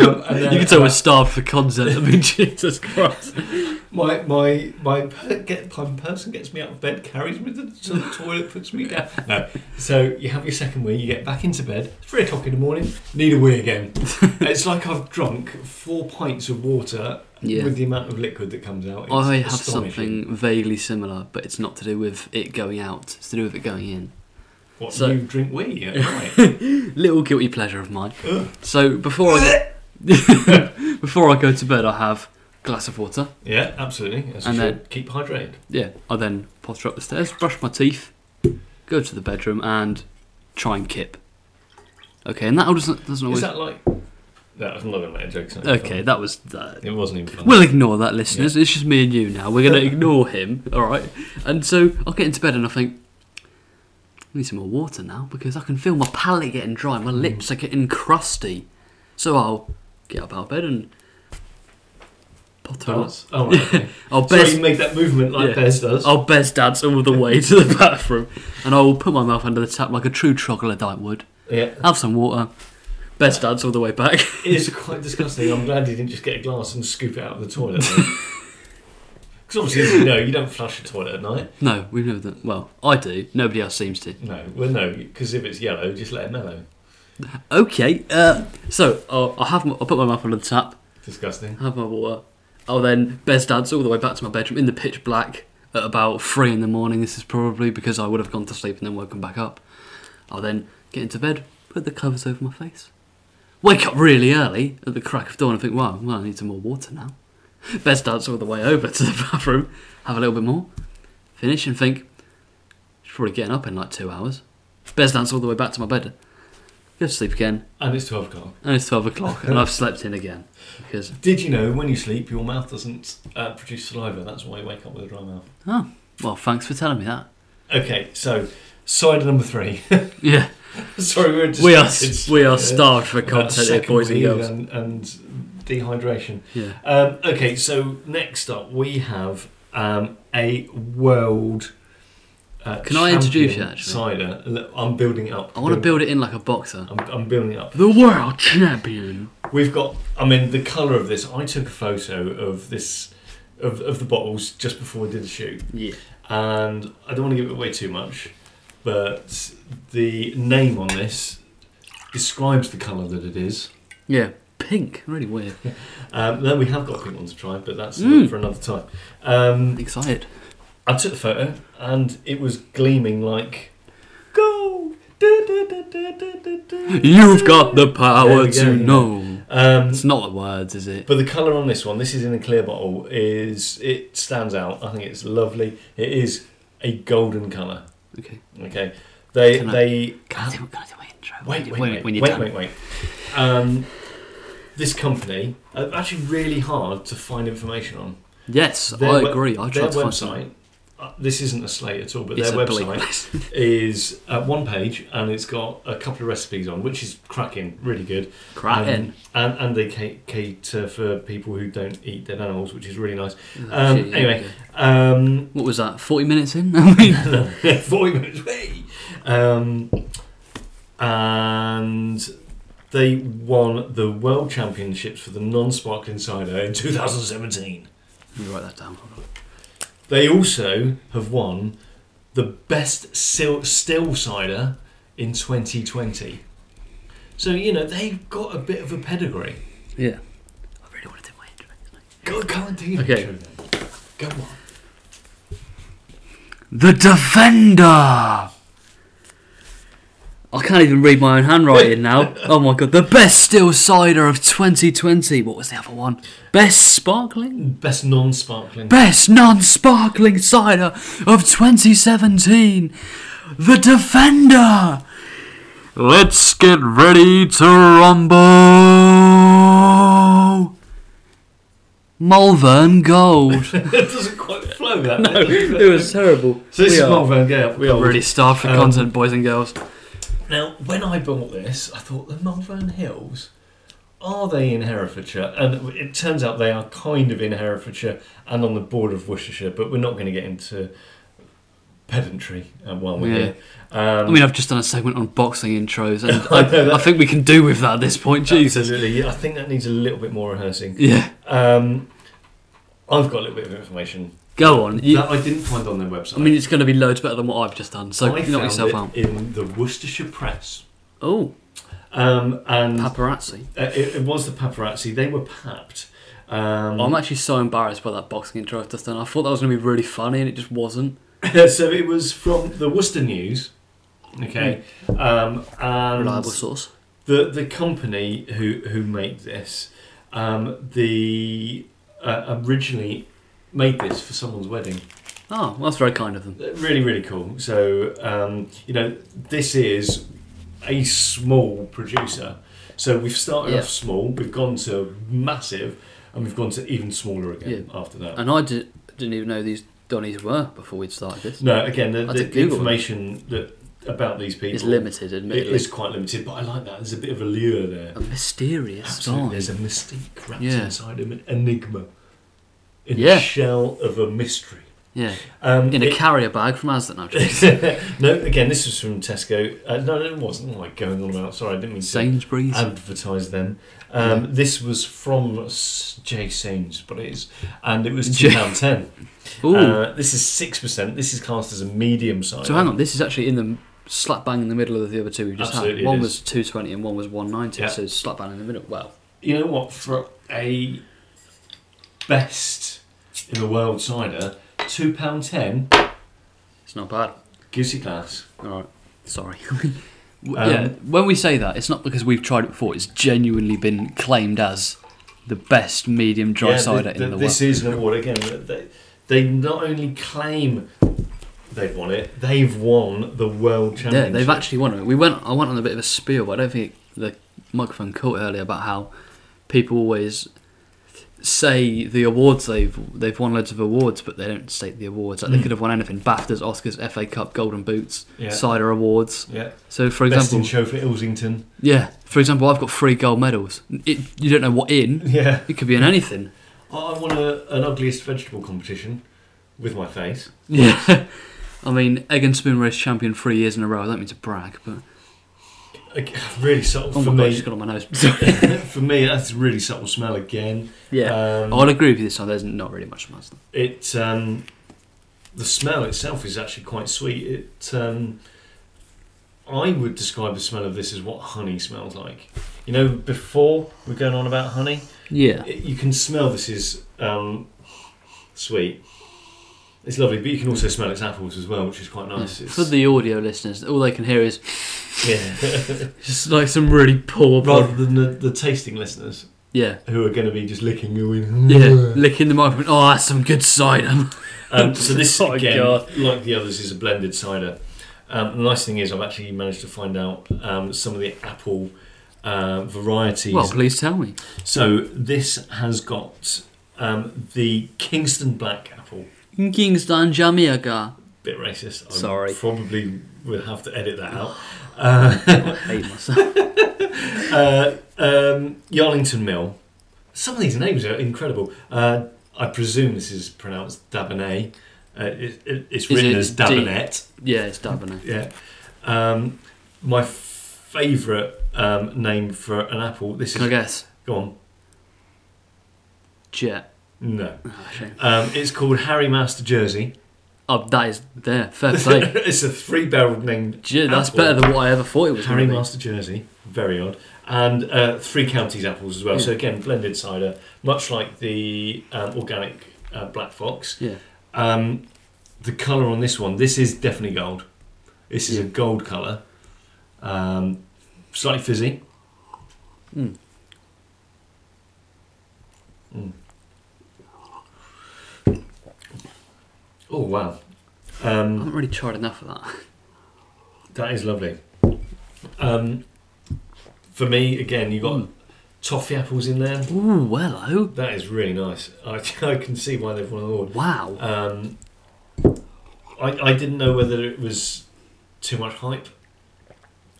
Um, and then-
You can tell we're starved for content. I
[laughs]
mean, Jesus Christ.
my my my, per- get, my person gets me out of bed, carries me to the, to the toilet, puts me down. No, so you have your second wee, you get back into bed. Three o'clock in the morning, need a wee
[laughs]
again. it's like I've drunk four pints of water
Yeah.
with the amount of liquid that comes out. It's
I have
astonishing.
something vaguely similar, but it's not to do with it going out. It's to do with it going in.
What
so-
you drink wee?
[laughs]
at night?
Little guilty pleasure of mine.
Ugh.
So before I go, [laughs] before I go to bed, I have a glass of water.
yeah, absolutely. That's
And
and
then-
keep hydrated.
Yeah, I then potter up the stairs, brush my teeth, go to the bedroom, and try and kip. Okay, and that all doesn't doesn't
Is
always.
that like? No, I'm not gonna make a joke. it's not even
okay, that was. Uh,
fun. it wasn't even fun.
we'll ignore that, listeners. It's just me and you now. We're gonna ignore him, all right? And so I get into bed and I think. I need some more water now because I can feel my palate getting dry. My lips are getting crusty. So I'll get up out of bed and potter.
oh, oh, right,
[laughs]
okay.
I'll
Sorry,
best
you made that movement like
Yeah.
Bez does.
I'll bez dance all the way to the [laughs] bathroom, and I will put my mouth under the tap like a true troglodyte would.
Yeah.
Have some water, bez dance all the way back. [laughs]
It is quite disgusting. I'm glad you didn't just get a glass and scoop it out of the toilet.
[laughs]
Because obviously, as you know, you don't flush a toilet at night.
No, we've never done. Well, I do. Nobody else seems to.
No, well, no, because if it's yellow, just let it mellow.
Okay, uh, so I'll, I'll have. My, I'll put my mouth under the tap.
Disgusting.
Have my water. I'll then bez dance all the way back to my bedroom in the pitch black at about three in the morning. This is probably because I would have gone to sleep and then woken back up. I'll then get into bed, put the covers over my face, wake up really early at the crack of dawn and think, wow, well, I need some more water now. [laughs] Bez dance all the way over to the [laughs] bathroom, have a little bit more, finish and think, should probably getting up in like two hours. Bez dance all the way back to my bed, go to sleep again,
And it's 12 o'clock.
and it's 12 o'clock and I've slept in again because
Did you know when you sleep, your mouth doesn't uh, produce saliva? That's why you wake up with a dry mouth.
Oh, well, thanks for telling
[laughs]
me that.
Okay, so side number three. [laughs]
Yeah,
Sorry, we were
we are
distracted.
we are
Uh,
starved for
about
content here,
second uh,
boys and
weed
girls.
And, and dehydration.
Yeah,
Um, okay, so next up we have um, a world uh,
Can I introduce
champion
you, actually?
Cider. Look, I'm building it up.
I want to build it in like a boxer.
I'm, I'm building it up.
The world champion.
We've got. I mean, the colour of this. I took a photo of this, of, of the bottles just before we did the shoot,
Yeah.
and I don't want to give it away too much, but the name on this describes the colour that it is.
Yeah. Pink. Really weird.
Um, then we have got pink one to try, but that's
Mm.
for another time. Um,
Excited.
I took the photo and it was gleaming like gold. Da, da, da, da, da, da, da.
You've got the
There
power
we go.
to know.
Um,
It's not the words, is it?
but the colour on this one, this is in a clear bottle, is it stands out. I think it's lovely. It is a golden colour.
Okay.
Okay, they
Can I-
they
Can I do, can I do my intro?
wait
When
wait
you-
wait
when
wait
you're
wait,
done.
wait, Um, this company uh, actually really hard to find information on.
Yes,
Their
I
we-
agree. I
Their
tried to find something.
website. uh, This isn't a slate at all, but
It's
their
a bleep.
website
[laughs]
is uh, one page and it's got a couple of recipes on, which is cracking, really good.
Crap
Um,
in.
and and they ca- cater for people who don't eat dead animals, which is really nice.
Oh,
um,
shit, yeah,
anyway.
okay.
Um, [laughs]
What was that? 40 minutes in? [laughs] I mean,
forty minutes, hey! Um, and they won the world championships for the non-sparkling cider in 2017.
let me write that down. Hold on.
They also have won the best sil- still cider in 2020. So, you know, they've got a bit of a pedigree.
Yeah. I really want to do my
Go,
intro.
go and do
Okay.
okay. Go on.
The Defender! I can't even read my own handwriting [laughs] now. Oh my god. The best still cider of 2020. What was the other one? Best sparkling?
Best non
[laughs]
sparkling.
Best non sparkling cider of 2017. The Defender! Let's get ready to rumble! Malvern Gold.
it doesn't quite flow that no,
it was terrible.
So, this
We
is
are-
Malvern Gale. We are
Really starved for
Um,
content, boys and girls.
Now, when I bought this, I thought the Malvern Hills are they in Herefordshire? And it turns out they are kind of in Herefordshire and on the border of Worcestershire, but we're not going to get into pedantry um, while we're
Yeah. Oh,
here. Um,
I mean, I've just done a segment on boxing
[laughs]
intros, and
I know
I, I
that.
think we can do with that at this point. Jesus.
absolutely. I think that needs a little bit more rehearsing.
Yeah,
Um, I've got a little bit of information
go on. You,
that I didn't find on their website.
I mean, it's going to be loads better than what I've just done, so
I
knock
found
yourself
it
out.
in the Worcestershire Press.
Oh,
Um, and uh,
paparazzi.
it, it was the paparazzi. They were papped. Um,
I'm actually so embarrassed by that boxing intro I've just done. I thought that was going to be really funny, and it just wasn't.
[laughs] so it was from the Worcester News. Okay, um,
Hmm. Reliable
and
source.
the the company who who make this, um, the uh, originally made this for someone's wedding.
Oh, well, that's very kind of them.
Really, really cool. So um, you know, this is a small producer. So we've started
Yeah.
off small, we've gone to massive, and we've gone to even smaller again after that.
And I did, didn't even know these Donnies were before we'd started this.
No, again, the, the,
I had to
the
Google them.
information that about these people
It's limited,
It
admittedly.
is quite limited, but I like that. There's a bit of allure there.
a mysterious
Absolutely.
sign.
There's a mystique wrapped
Yeah.
inside him, an enigma. In
Yeah.
the shell of a mystery.
Yeah,
Um,
in a
it-
carrier bag from Asda. No,
[laughs]
I'm joking.
no, again, this was from Tesco. Uh, no, no, it wasn't. What am I going on about? Sorry, I didn't mean to
Sainsbury's.
advertise them. Um, This was from S- J. Sains, but it is. And it was
[laughs] J-
£2.10.
Ooh.
Uh, this is 6%. This is classed as a medium size.
So hang on, this is actually in the slap bang in the middle of the other two we just
Absolutely
had.
it
One
is.
was two twenty and one was one ninety.
Yeah.
So it's slap bang in the middle. Well,
You know what? For a best in the world cider, two pound ten,
it's not bad.
goosey glass.
All right, sorry. [laughs] W-
Um,
yeah, when we say that, it's not because we've tried it before. It's genuinely been claimed as the best medium dry
Yeah, th-
cider
th-
in the
This
world.
is an award again. that They, they not only claim they've won it, they've won the world
Yeah,
championship.
they've actually won it. We went. I went on a bit of a spiel, but I don't think the microphone caught earlier about how people always say the awards they've they've won loads of awards, but they don't state the awards. Like they
Mm.
could have won anything: BAFTAs, Oscars, FA Cup, Golden Boots,
Yeah.
cider awards.
yeah.
So, for
Best in
example,
show for Ilsington. [laughs]
yeah, for example, I've got three gold medals. It, you don't know what in.
Yeah.
It could be in anything.
I I won a, an ugliest vegetable competition with my face.
Yeah. [laughs] I mean, Egg and Spoon Race champion three years in a row. I don't mean to brag, but
Ag- Really subtle
oh
for
my god, I
me.
just got on my nose. [laughs]
[laughs] for me, that's really subtle smell again.
yeah,
Um,
I'll agree with you this time. There's not really much master.
it um, the smell itself is actually quite sweet. It um, I would describe the smell of this as what honey smells like. You know, before we're going on about honey,
Yeah,
it, you can smell this is um, sweet. It's lovely, but you can also smell its apples as well, which is quite nice.
Yeah.
It's,
for the audio listeners, all they can hear is [laughs]
yeah.
just like some really poor.
rather than the, the tasting listeners
Yeah,
who are going to be just licking your
yeah, licking the microphone. Oh, that's some good [laughs] cider.
Um, so this
Oh,
again,
God.
like the others, is a blended cider. Um, the nice thing is, I've actually managed to find out um, some of the apple uh, varieties.
Well, please tell me.
so this has got um, the Kingston Black apple.
Kingston Jamaica.
Bit racist. I
Sorry.
Probably will have to edit that out. Uh, [laughs]
I [laughs] hate myself.
uh, um, Yarlington Mill. Some of these names are incredible. Uh, I presume this is pronounced Dabonet. Uh, it, it, it's
Is
written
it
as
D-
Dabonet.
Yeah, it's Dabonet.
Yeah. Um, my favourite um, name for an apple. This
Can I
is
guess?
go on.
Jet.
No.
Oh, shame.
Um, it's called Harry Master Jersey.
Oh, that is there. Fair [laughs] play.
[laughs] it's a three-barreled name.
Gee, that's
apple.
better than what I ever thought it was.
Harry
gonna be.
Master Jersey. Very odd. And uh, three counties apples as well. So
Yeah.
again, blended cider, much like the um, organic uh, Black Fox.
Yeah.
Um, the colour on this one, this is definitely gold. This is a
Yeah.
gold colour. Um, slightly fizzy.
Mm.
Mm. Oh, wow. Um,
I haven't really tried enough of that.
that is lovely. Um, for me, again, you got
Mm.
toffee apples in there.
[laughs] Ooh, oh. hello.
That is really nice. I, [laughs] I can see why they've won an award.
Wow.
Um, I, I didn't know whether it was too much hype.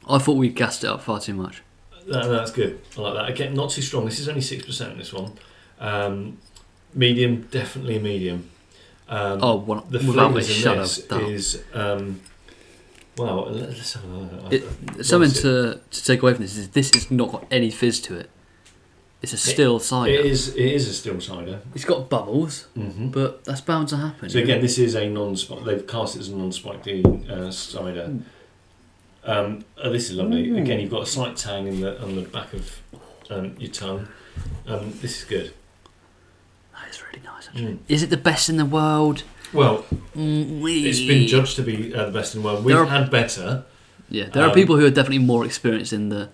I thought we'd gassed it up far too much.
No, no, that's good. I like that. Again, not too strong. This is only six percent. This one, um, medium, definitely a medium. Um,
Oh, one,
the
without me,
flavours in
shut
this
up. That.
is um, wow. let- Let's have a look.
It- Something to, to take away from this is this has not got any fizz to it. It's a still cider.
it is. It is a still cider.
It's got bubbles,
Mm-hmm.
but that's bound to happen.
So again, this is a non-spike. They've cast it as a non-spiking uh, cider. Um, oh, this is lovely.
Mm.
Again, you've got a slight tang in the on the back of um, your tongue. Um, this is good.
that is really nice. Actually,
Hmm.
is it the best in the world?
Well,
Mm, we-
it's been judged to be uh, the best in the world. We've
There are-
had better,
Yeah, there
um,
are people who are definitely more experienced in the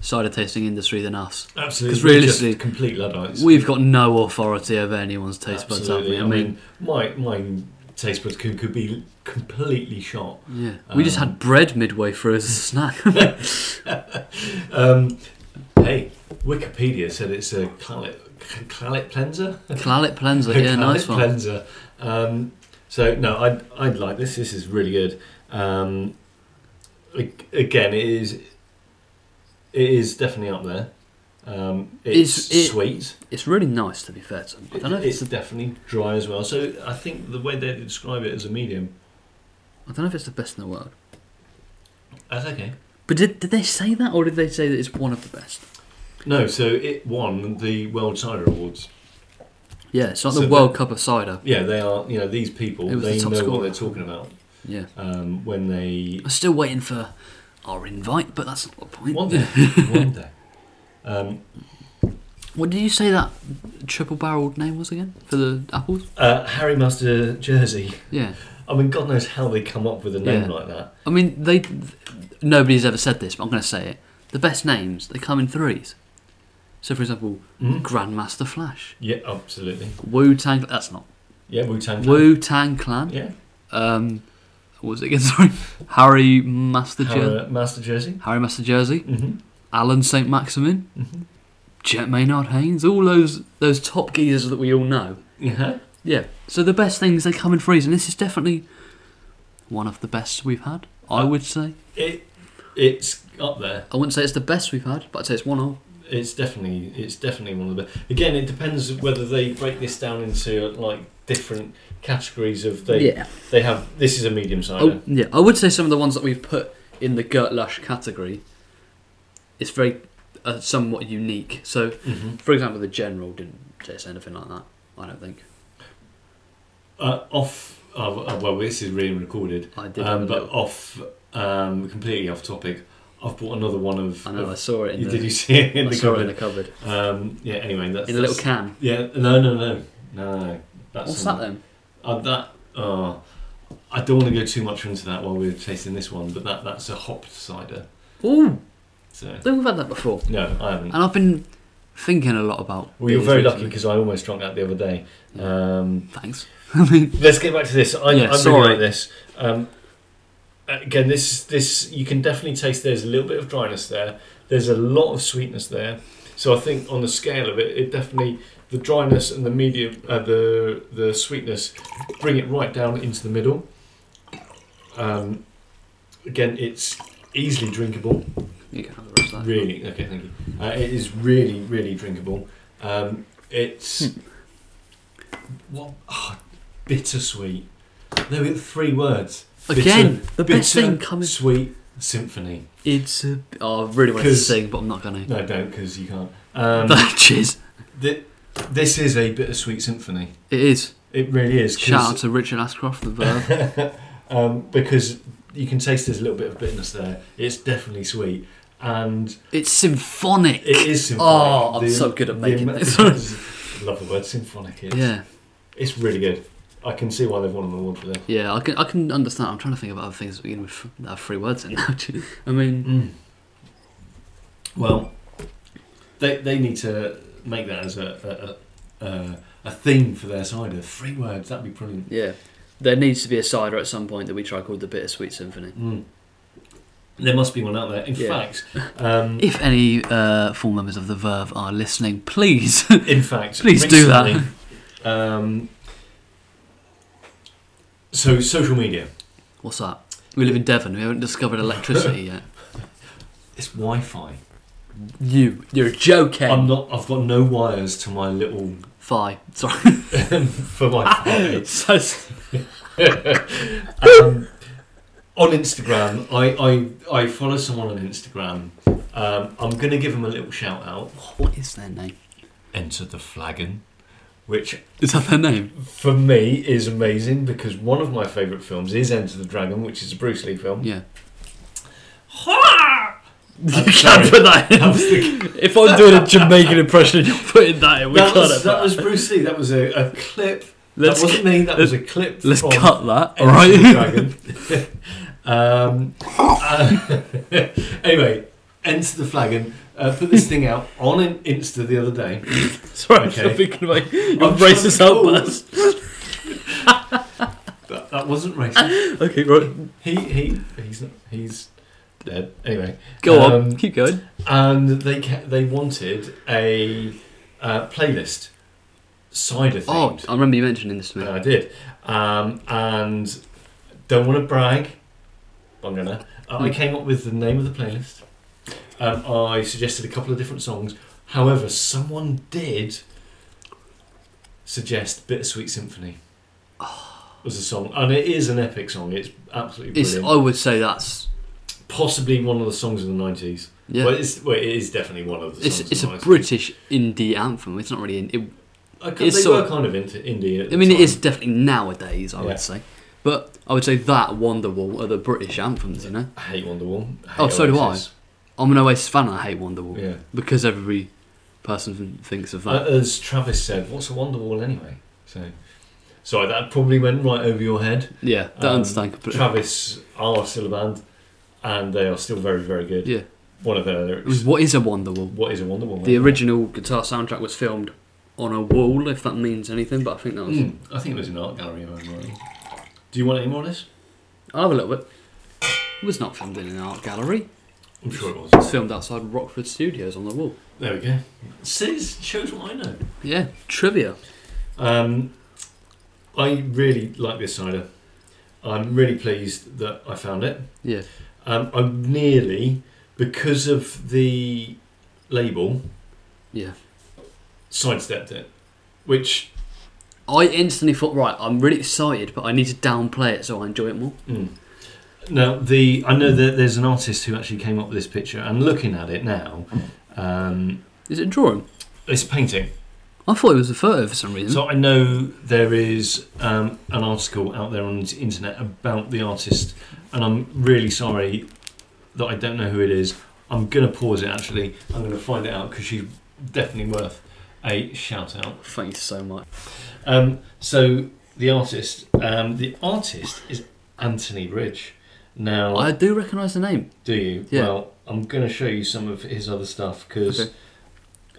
cider tasting industry than us.
absolutely.
'Cause
We're
realistically,
just complete luddites.
We've got no authority over anyone's taste buds. have
absolutely.
we?
I mean, my my taste buds could, could be completely shot.
yeah, we just
um,
had bread midway through as
[laughs]
a snack.
Um, hey, Wikipedia said it's a claret claret cleanser.
Claret cleanser, yeah,
Palate
nice one.
Cleanser. Um, so no, I'd I'd like this. This is really good. Um, a- again, it is it is definitely up there. Um, it's,
It's- it-
sweet.
It's really nice, to be fair to them. I don't know if it's
it's
the,
definitely dry as well. So I think the way they describe it as a medium,
I don't know if it's the best in the world.
that's okay.
But did, did they say that, or did they say that it's one of the best?
No, so it won the World Cider Awards.
Yeah, it's not
So
the World Cup of cider.
Yeah, they are. You know, these people
It was
they know
the top
what
scorer.
they're talking about
Yeah,
um, when they
I'm still waiting for our invite, but that's not the point.
one day, one
[laughs]
day. Um,
What did you say that triple-barreled name was again for the apples?
Uh, Harry Master jersey.
Yeah,
I mean, God knows how they come up with a name
Yeah.
like that.
I mean they. Nobody's ever said this, but I'm going to say it. The best names they come in threes. So, for example,
Mm.
Grandmaster Flash,
Yeah, absolutely.
Wu Tang. That's not
Yeah, Wu Tang.
Wu Tang Clan.
Yeah,
Um, what was it again? [laughs] Sorry, Harry Master Jer-
Harry uh, Master jersey.
Harry Master Jersey,
hmm
Alan Saint Maximin,
Mhm.
Jet Maynard Haynes, all those those top geezers that we all know.
Yeah.
Yeah. So the best things they come in threes, and this is definitely one of the best we've had. I
Uh,
would say.
It, it's up there.
I wouldn't say it's the best we've had, but I'd say it's one of.
it's definitely it's definitely one of the best. Again, it depends whether they break this down into like different categories of they
yeah.
they have this is a medium cider.
Oh, yeah. I would say some of the ones that we've put in the Gert Lush category. It's very uh, somewhat unique. So,
Mhm.
for example, the General didn't taste anything like that. I don't think
Uh, off. Oh, oh, well, this is really recorded,
I did. have a
um, but
little-
off um, completely off topic. I've bought another one of.
I know. I
of-
saw it in
you-
the.
did you see it in
I
the
saw it in
cupboard?
the cupboard
Um, yeah. Anyway, that's
in a little
that's-
can.
Yeah. No. No. No. No. no. That's
What's
on-
that then?
Uh, that uh, I don't want to go too much into that while we're tasting this one, but that that's a hopped cider.
Oh,
So
don't we've had that before.
no, I haven't.
And I've been thinking a lot about.
Well, you're
beers
very lucky
recently.
because I almost drank that the other day.
Yeah.
Um,
Thanks. [laughs]
let's get back to this. I,
Yeah,
I really
sorry.
like this. Um, again, this this you can definitely taste. There's a little bit of dryness there. There's a lot of sweetness there. So I think on the scale of it, it definitely the dryness and the medium, uh, the the sweetness, bring it right down into the middle. Um, again, it's easily drinkable.
You can have the rest of that.
Really, okay, thank you. Uh, it is really, really drinkable. Um,
Hmm.
it's what ah, bittersweet. There were three words.
Again,
Bitter-
the best
bitter,
thing comes.
Sweet symphony.
It's a. Oh, I really wanted to
'Cause-
sing, but I'm not gonna.
No, don't because you can't. Um,
[laughs] Cheers.
thi- this is a bittersweet symphony.
It is.
It really is. 'cause-
Shout out to Richard Ashcroft, the verb.
[laughs] um, because you can taste there's a little bit of bitterness there. It's definitely sweet, and
it's symphonic.
it is symphonic.
Oh, I'm
The-
so good at
the
making
ama- [laughs]
this.
love the word symphonic. It's,
[laughs] yeah,
It's really good. I can see why they've won an award for this.
yeah. I can, I can understand. I'm trying to think of other things that begin with that have three words [laughs] in. now. I
Mm.
mean,
Well, they they need to make that as a a, a, a theme for their cider. Three words. That'd be brilliant.
yeah. There needs to be a cider at some point that we try called the Bittersweet Symphony.
Mm. There must be one out there. In
Yeah.
fact, [laughs] um,
If any uh, full members of the Verve are listening, please. [laughs]
in fact,
Please do that.
recently, Um, so social media.
What's that? We live in Devon. We haven't discovered [laughs] electricity yet.
It's Wi-Fi.
You, you're joking.
I'm not. I've got no wires to my little [laughs]
Fi. Sorry.
for
[laughs]
my. phone.
so,
um, on Instagram, I, I I follow someone on Instagram. Um, I'm gonna give him a little shout out.
what is their name?
Enter the flagon, which
Is that their name?
for me is amazing because one of my favourite films is Enter the Dragon, which is a Bruce Lee film.
Yeah.
I'm
You
sorry.
can't put that in.
That was, the-
[laughs] If I'm doing a Jamaican impression and you're putting that in, we
that
can't
was,
have
that
that.
was Bruce Lee. That was a, a clip.
Let's
that wasn't me. That was a clip.
Let's
from
cut that,
Enter the
alright?
Dragon. [laughs] um, uh, [laughs] anyway, Enter the Flagon. Uh, put this thing out on an Insta the other day.
[laughs] Sorry,
Okay.
I'm not thinking
[laughs]
about your
I'm trying
racist
to call.
outburst.
[laughs] That, that wasn't racist.
Okay, right.
he he he's not, he's dead anyway.
Go
Um,
on, keep going.
And they ca- they wanted a uh, playlist cider
Oh,
themed.
I remember you mentioning this to me.
And I did. Um, and don't want to brag. I'm gonna. Uh, I
Hmm.
came up with the name of the playlist. Um, I suggested a couple of different songs. However, someone did suggest "Bittersweet Symphony" was a song, and it is an epic song. It's absolutely
Ah. it's,
brilliant.
I would say that's.
Possibly one of the songs of the nineties.
Yeah.
Well, it's, well, it is definitely one of the.
it's
songs
it's
of the
a
90s.
British indie anthem. It's not really. In, it,
I ca-
it's
Uh, they
sort
were kind of into indie. At
I mean,
the
it
time.
is definitely nowadays, I
Yeah.
would say. But I would say that Wonderwall are the British anthems, you know?
I hate Wonderwall. I hate
Oh, so do I.
Oasis.
I'm an Oasis fan, I hate Wonderwall.
Yeah.
Because every person thinks of
Uh,
that.
as Travis said, what's a Wonderwall anyway? So, sorry, that probably went right over your head.
yeah, don't
um,
understand completely.
Travis are still a band, and they are still very, very good.
Yeah.
One of their
It was
lyrics.
What is a Wonderwall?
What is a Wonderwall?
The original guitar soundtrack was filmed on a wall, if that means anything, but I think that was.
Mm, I think it was an art gallery. If I'm right. Do you want any more of this?
I'll have a little bit. It was not filmed in an art gallery.
I'm sure it was.
It was filmed outside Rockford Studios on the wall.
There we go. Says shows what I know.
Yeah, trivia.
Um, I really like this cider. I'm really pleased that I found it.
Yeah.
Um, I nearly, because of the label,
Yeah.
sidestepped it, which
I instantly thought, right, I'm really excited, but I need to downplay it so I enjoy it more.
Mm. Now, the I know that there's an artist who actually came up with this picture, and looking at it now, um,
Is it a drawing?
it's a painting.
I thought it was a photo for some reason.
So I know there is um, an article out there on the internet about the artist, and I'm really sorry that I don't know who it is. I'm gonna pause it actually. I'm gonna find it out because she's definitely worth a shout out.
Thank you so much.
Um, so the artist, um, the artist is Anthony Ridge. Now
I do recognise the name.
Do you?
Yeah.
Well, I'm going to show you some of his other stuff because
Okay.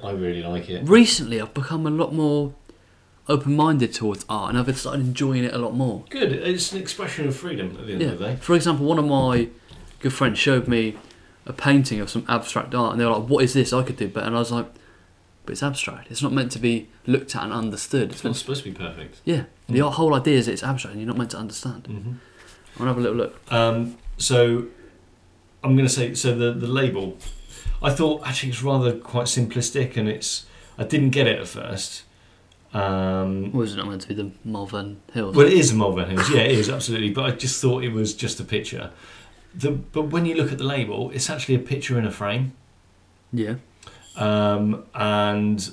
I really like it.
Recently, I've become a lot more open-minded towards art, and I've started enjoying it a lot more.
Good. It's an expression of freedom at the end
Yeah.
of the day.
For example, one of my good friends showed me a painting of some abstract art, and they were like, "What is this? I could do better." And I was like, "But it's abstract. It's not meant to be looked at and understood. It's
It's not
meant
supposed to be perfect.
yeah." The whole idea is it's abstract, and you're not meant to understand.
hmm
I'm gonna have a little look.
Um, so I'm going to say so the the label. I thought actually it's rather quite simplistic, and it's I didn't get it at first. Um,
Was it not meant to be the Malvern Hills?
well, it is a Malvern Hills, yeah, it is absolutely. But I just thought it was just a picture. The, but when you look at the label, it's actually a picture in a frame.
yeah.
um, and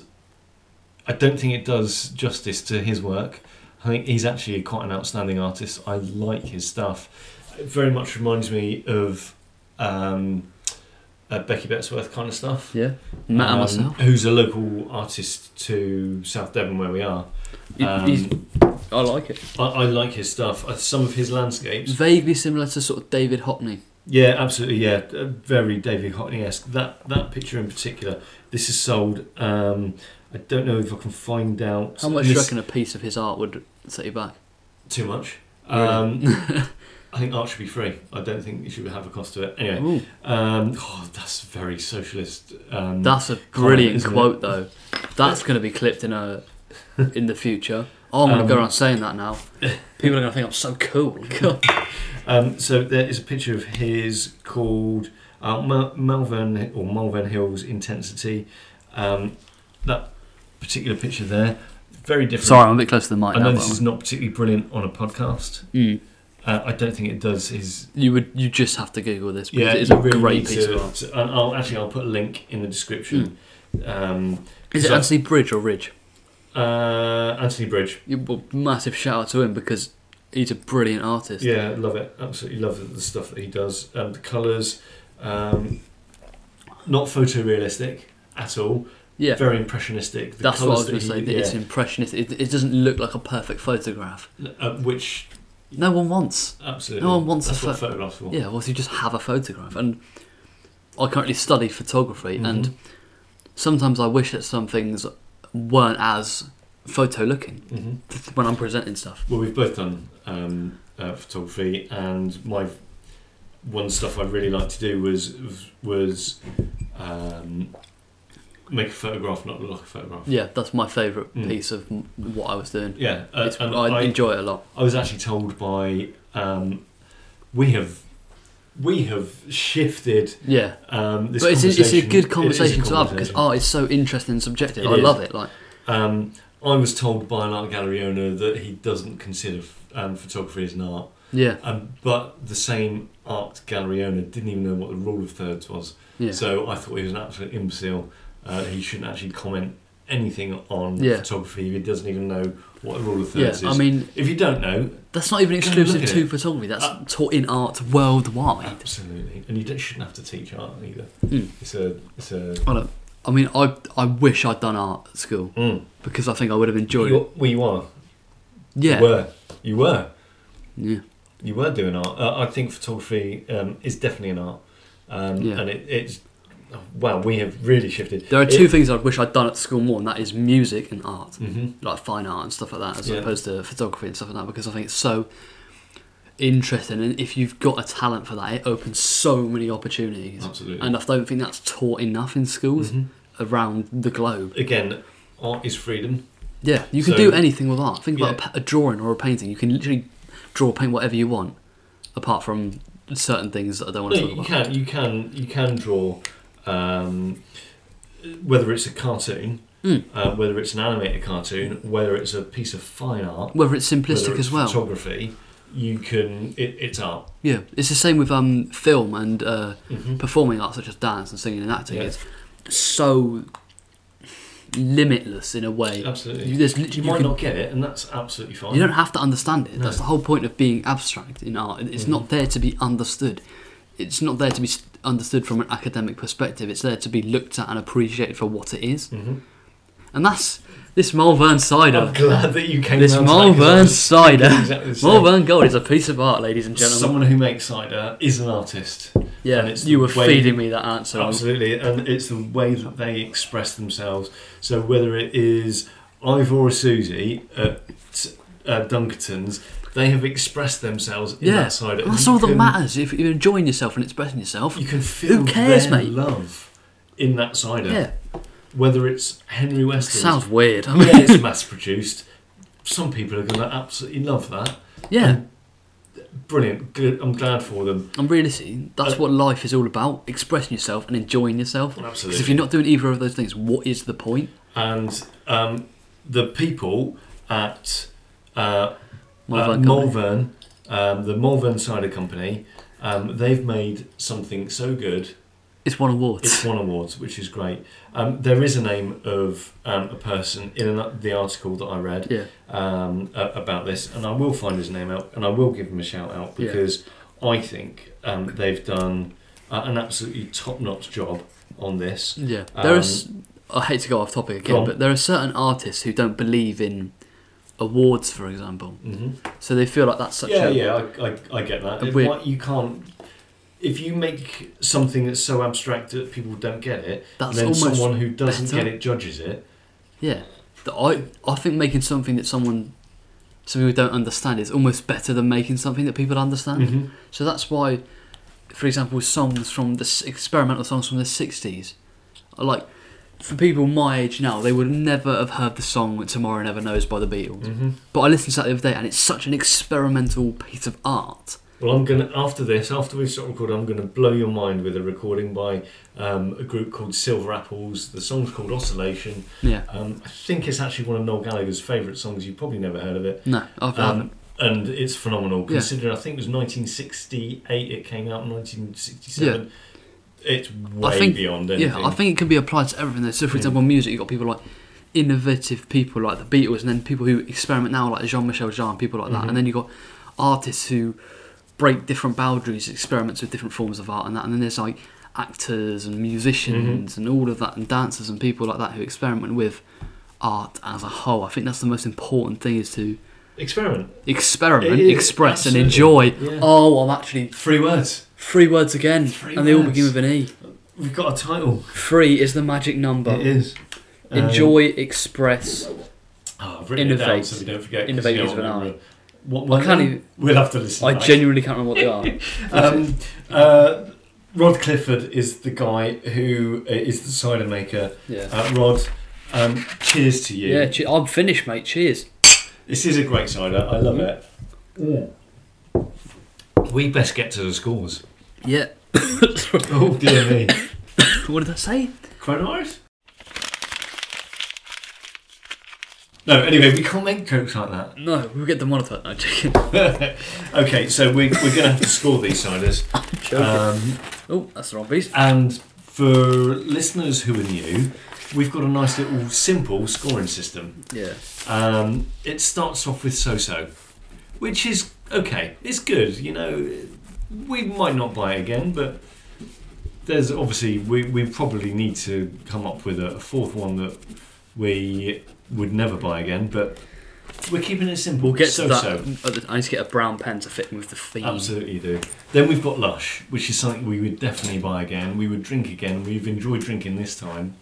I don't think it does justice to his work. I think he's actually quite an outstanding artist. I like his stuff. It very much reminds me of um, uh, Becky Bettsworth kind of stuff.
Yeah. Matt
Um,
and myself.
who's a local artist to South Devon, where we are.
It-
um,
he's- I like it.
I, I like his stuff. Uh, Some of his landscapes,
Vaguely similar to sort of David Hockney.
yeah, absolutely, yeah, Uh, very David Hockney esque. That that picture in particular. This is sold. Um, I don't know if I can find out
How much do
This-
you reckon a piece of his art would set you back?
too much.
Really? [laughs]
Um, I think art should be free. I don't think you should have a cost to it. Anyway,
Ooh,
um, oh, that's very socialist. Um,
that's a brilliant
isn't it?
quote, though. That's going to be clipped in a in the future. Oh, I'm going to go
Um,
around saying that now. People are going to think I'm so cool. God.
um, so there is a picture of his called uh, Mal- Malvern or Malvern Hills Intensity. Um, that particular picture there, very different.
Sorry, I'm a bit close to the mic
I know
now.
this
but-
is not particularly brilliant on a podcast.
Mm.
Uh, I don't think it does his
You would you just have to Google this because
Yeah,
it is a
you really
great
need
piece
to-
of art.
to- and I'll actually I'll put a link in the description. Um,
Is it
so-
Anthony Bridge or Ridge?
uh, Anthony Bridge.
Yeah, well, massive shout out to him because he's a brilliant artist.
Yeah, love it. Absolutely love the stuff that he does. Um, the colours, um, not photorealistic at all.
yeah.
Very impressionistic. The
That's what I was
colours that
going to say.
he-
That it's impressionist. It, it doesn't look like a perfect photograph.
yeah, uh, which
No one wants.
absolutely.
No one wants
that's
a
what photographs for.
Yeah, well, so you just have a photograph. And I currently study photography,
Mm-hmm.
and sometimes I wish that some things weren't as photo looking
hmm
when I'm presenting stuff.
Well, we've both done um, uh, photography, and my one stuff I really liked to do was was um, make a photograph not look like a photograph.
Yeah, that's my favourite
Mm.
piece of m- what I was doing.
Yeah, uh,
It's-
and
I, enjoy it a lot.
I was actually told by um, we have we have shifted
Yeah,
um, this
but it's a, it's
conversation.
a
It is
good
a
conversation to have because
conversation.
art is so interesting and subjective.
It
I
is.
love it. Like,
um, I was told by an art gallery owner that he doesn't consider um, photography as an art,
yeah,
um, but the same art gallery owner didn't even know what the rule of thirds was.
yeah.
So I thought he was an absolute imbecile. Uh, he shouldn't actually comment anything on
Yeah.
photography if he doesn't even know what the rule of
yeah,
thirds
I
is.
mean,
if you don't know,
that's not even
Go and look
exclusive
at
to
it.
photography. That's
Uh,
taught in art worldwide.
Absolutely, and you don't, shouldn't have to teach art either.
Mm.
It's a, it's a.
I don't. I mean, I I wish I'd done art at school
Mm.
because I think I would have enjoyed it.
You're, well, you are. You
Yeah,
were. You were.
yeah,
You were doing art. Uh, I think photography um, is definitely an art, um,
Yeah.
and it, it's. Wow, we have really shifted.
There are two things I wish I'd done at school more, and that is music and art,
Mm-hmm.
like fine art and stuff like that, as
Yeah.
opposed to photography and stuff like that, because I think it's so interesting. And if you've got a talent for that, it opens so many opportunities.
Absolutely.
And I don't think that's taught enough in schools
Mhm.
around the globe.
Again, art is freedom.
Yeah, you can
So-
do anything with art. Think about a
Yeah.
pa- a, drawing or a painting. You can literally draw, paint whatever you want, apart from certain things that I don't want
No,
to talk
you
about.
can, you can, you can draw. Um, whether it's a cartoon,
Mm.
uh, whether it's an animated cartoon, whether it's a piece of fine art,
Whether it's simplistic
whether it's
as well.
photography, you can. It, it's art.
Yeah, it's the same with um, film and uh,
Mhm.
performing arts such as dance and singing and acting.
Yeah.
It's so limitless in a way.
Absolutely.
You, there's
You,
literally, you,
might
can-
not get it, and that's absolutely fine.
you don't have to understand
Um,
it.
No. Mm-hmm.
That's the whole point of being abstract in art. It's not there to be understood. It's not there to be s- understood from an academic perspective. It's there to be looked at and appreciated for what it is.
hmm
And that's this Mulvern cider.
I'm glad that you came.
This
round to that, 'cause I
Malvern
was
cider.
[laughs] thinking exactly the same.
Mulvern Gold is a piece of art, ladies and gentlemen.
Someone who makes cider is an artist.
yeah,
and it's
you
the
were
way-
feeding me that answer.
Absolutely, and it's the way that they express themselves. So whether it is Ivor or Susie at uh, Dunkerton's, they have expressed themselves in
Yeah,
that cider.
And that's
You
all that
can-
matters. If you're enjoying yourself and expressing yourself,
You can feel
cares,
their
mate?
love in that cider.
yeah,
Whether it's Henry Weston's,
sounds weird. [laughs] I mean,
yeah, it's mass produced. Some people are going to absolutely love that.
yeah,
Brilliant. Good. I'm glad for them.
and realistically, that's what life is all about: expressing yourself and enjoying yourself. Because if
Absolutely.
you're not doing either of those things, what is the point?
And um, the people at uh,
Mulvern
uh,
Gold.
Malvern, um, the Malvern Cider Company, um, they've made something so good.
it's won awards.
It's won awards, which is great. Um, there is a name of um, a person in an, the article that I read
[laughs] yeah,
um, a- about this, and I will find his name out and I will give him a shout out
Yeah.
because I think um, they've done uh, an absolutely top notch job on this.
yeah. There
Um,
is. I hate to go off
Go
topic again,
on.
but there are certain artists who don't believe in awards, for example.
Mm-hmm.
So they feel like that's such
yeah,
a
yeah, I, I, I get that.
a
If
weird-
what- you can't. If you make something that's so abstract that people don't get it,
That's
then
almost
someone who doesn't
better.
get it judges it.
Yeah, The- I I think making something that someone some people don't understand is almost better than making something that people understand.
Mm-hmm.
So that's why, for example, songs from the s- experimental songs from the sixties, are like for people my age now, they would never have heard the song "Tomorrow Never Knows" by the Beatles.
Mhm.
But I listened to that the other day, and it's such an experimental piece of art.
Well, I'm gonna after this, after we stop recording, I'm gonna blow your mind with a recording by um, a group called Silver Apples. The song's called Oscillation.
Yeah,
Um, I think it's actually one of Noel Gallagher's favourite songs. You've probably never heard of it,
no, I've I haven't.
um, and it's phenomenal.
Yeah.
Considering I think it was 1968, it came out in 1967. It's way
think-
beyond anything.
Yeah, I think it can be applied to everything. though. So, for
Mm.
example, music, you've got people like innovative people like the Beatles, and then people who experiment now, like Jean Michel Jarre, and people like that.
Mhm.
And then you've got artists who break different boundaries, experiments with different forms of art, and that. And then there's like actors and musicians
Mm-hmm.
and all of that, and dancers and people like that who experiment with art as a whole. I think that's the most important thing is to
Experiment.
experiment,
It is,
express, and enjoy.
absolutely. Yeah.
Oh, I'm actually.
Three words.
Three words again,
Three
and they all
words.
begin with an E.
We've got a title.
Three is the magic number.
it is.
Uh,
Um,
Enjoy, express.
oh, I've written it down
innovate.
so we don't forget. 'cause
Innovate
you
is
don't
with an
remember.
I.
What, what
I can't
then?
even-
We'll have to listen.
I
back.
genuinely can't remember what [laughs] they are.
Um, uh, Rod Clifford is the guy who uh, is the cider maker.
Yeah.
Uh, Rod, um, cheers to you.
Yeah, che- I'm finished, mate. Cheers.
This is a great cider. I love it. We best get to the scores.
Yeah. [coughs]
Oh dear me.
what did I say?
Coronavirus? No, anyway, we can't make jokes like that.
No, we'll get the monitor. No, chicken. [laughs]
[laughs] okay, so we, we're going to have to score these ciders. Um,
oh, that's the wrong piece.
and for listeners who are new, we've got a nice little simple scoring system.
Yeah.
Um, it starts off with so so, which is okay, it's good. You know, we might not buy it again, but there's obviously, we, we probably need to come up with a, a fourth one that we would never buy again, but we're keeping it simple.
We'll get
so
to that.
so.
at the- I need to get a brown pen to fit with the theme.
Absolutely do. Then we've got Lush, which is something we would definitely buy again. We would drink again. We've enjoyed drinking this time.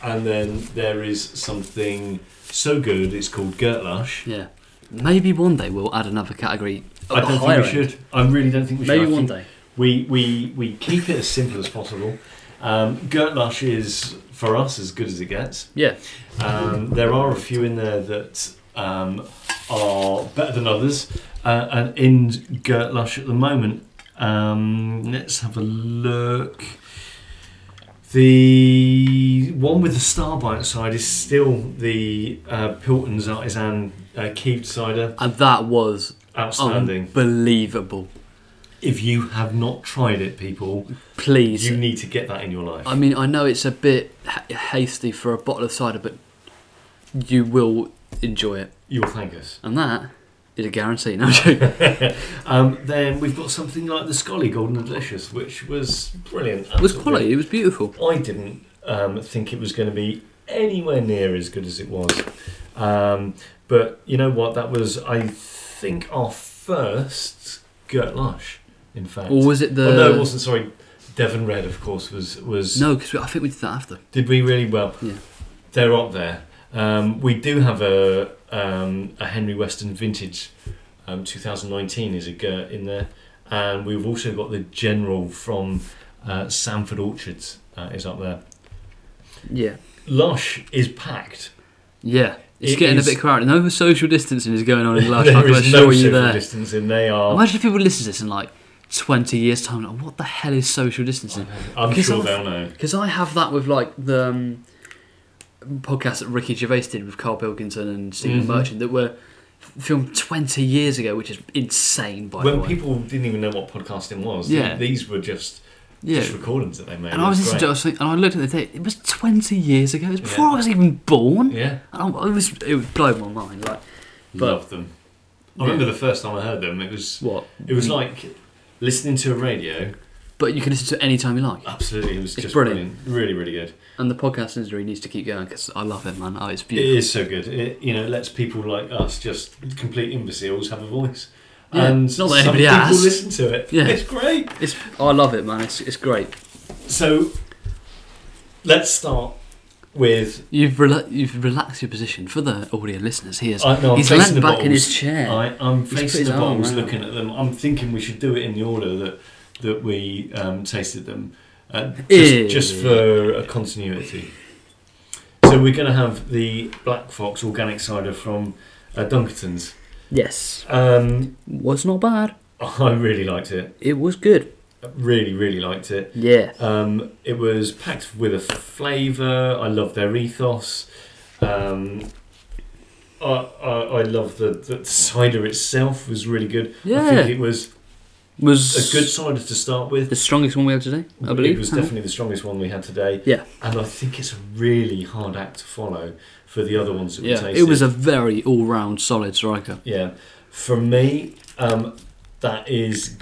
And then there is something so good. It's called Gert Lush.
Yeah. Maybe one day we'll add another category. at
I
the
don't think we
higher end.
should. I really don't think we should.
Maybe
I
one
think
day.
We we we keep it as simple as possible. Um, Gert Lush is for us as good as it gets.
Yeah.
Um, there are a few in there that um, are better than others. Uh, and in Gert Lush at the moment, um, let's have a look. The one with the star by its side is still the uh, Pilton's Artisan uh, Keeved Cider.
And that was
Oh, Outstanding.
unbelievable.
if you have not tried it, people,
Please.
you need to get that in your life.
I mean, I know it's a bit ha- hasty for a bottle of cider, but you will enjoy it.
you will thank us. [laughs]
And that is a guarantee. [laughs] No, I'm joking.
Um, then we've got something like the Scully Golden and Delicious, which was brilliant.
It was
absolutely.
quality. It was beautiful.
I didn't um, think it was going to be anywhere near as good as it was. Um, but you know what? That was, I think, our first Gert Lush, in fact.
Or was it the...
Oh, no, it wasn't. Sorry. Devon Red, of course, was. was
No, because I think we did that after.
Did we really well?
Yeah.
They're up there. Um, we do have a um, a Henry Weston vintage um, 2019 is a Gert in there, and we've also got the General from uh, Sanford Orchards uh, is up there.
Yeah.
Lush is packed.
Yeah. It's
It
getting
is-
a bit crowded. No social distancing is going on in Lush.
[laughs]
I
there
can
is
assure
no
you
social
there.
distancing. They are.
Imagine if people listen to this in like 20 years' time. Like, what the hell is social distancing?
I'm
Because
sure
I've-
they'll know.
Because I have that with like the um, podcast that Ricky Gervais did with Carl Pilkington and Stephen
Mhm.
Merchant that were f- filmed 20 years ago, which is insane, by the
When
way.
people didn't even know what podcasting was,
Yeah.
these were just,
yeah.
just recordings that they made.
And I was
It
listening to it, I was thinking- and I looked at the date, it was 20 years ago. It was before
Yeah.
I was even
great.
born.
Yeah.
And I, I was, it was blowing my mind. Like, But-
Loved them. I remember the first time I heard them. It was
what?
It was like listening to a radio.
But you can listen to it any time you like.
Absolutely, it was
It's
just
brilliant.
brilliant. Really, really good.
And the podcast industry needs to keep going because I love it, man. Oh, it's
It
beautiful.
is so good. It, you know, it lets people like us, just complete imbeciles, have a voice.
Yeah,
and
not that
some
anybody
people
has.
listen to it.
Yeah.
It's great.
It's, I love it, man. It's, it's great.
So let's start with.
You've rela- you've relaxed your position for the audio listeners. He is.
I, no, I'm
he's
facing
leant
the
back in
bottles.
his chair.
I, I'm
He's put
facing
his
the
arm
bottles,
round.
looking at them. I'm thinking we should do it in the order that that we um, tasted them, uh,
Eh.
just, just for a continuity. So we're going to have the Black Fox organic cider from uh, Dunkerton's.
Yes,
Um,
was not bad.
I really liked it.
It was good.
Really, really liked it.
Yeah,
Um, it was packed with a flavour. I love their ethos. Um, I, I, I love the, the cider itself was really good. I
yeah.
think it was a
was
good cider to start with.
The strongest one we had today, I believe.
it was
huh?
definitely the strongest one we had today.
Yeah.
and I think it's a really hard act to follow for the other ones that we
Yeah,
tasted.
it was a very all-round solid striker.
yeah. For me, um, that is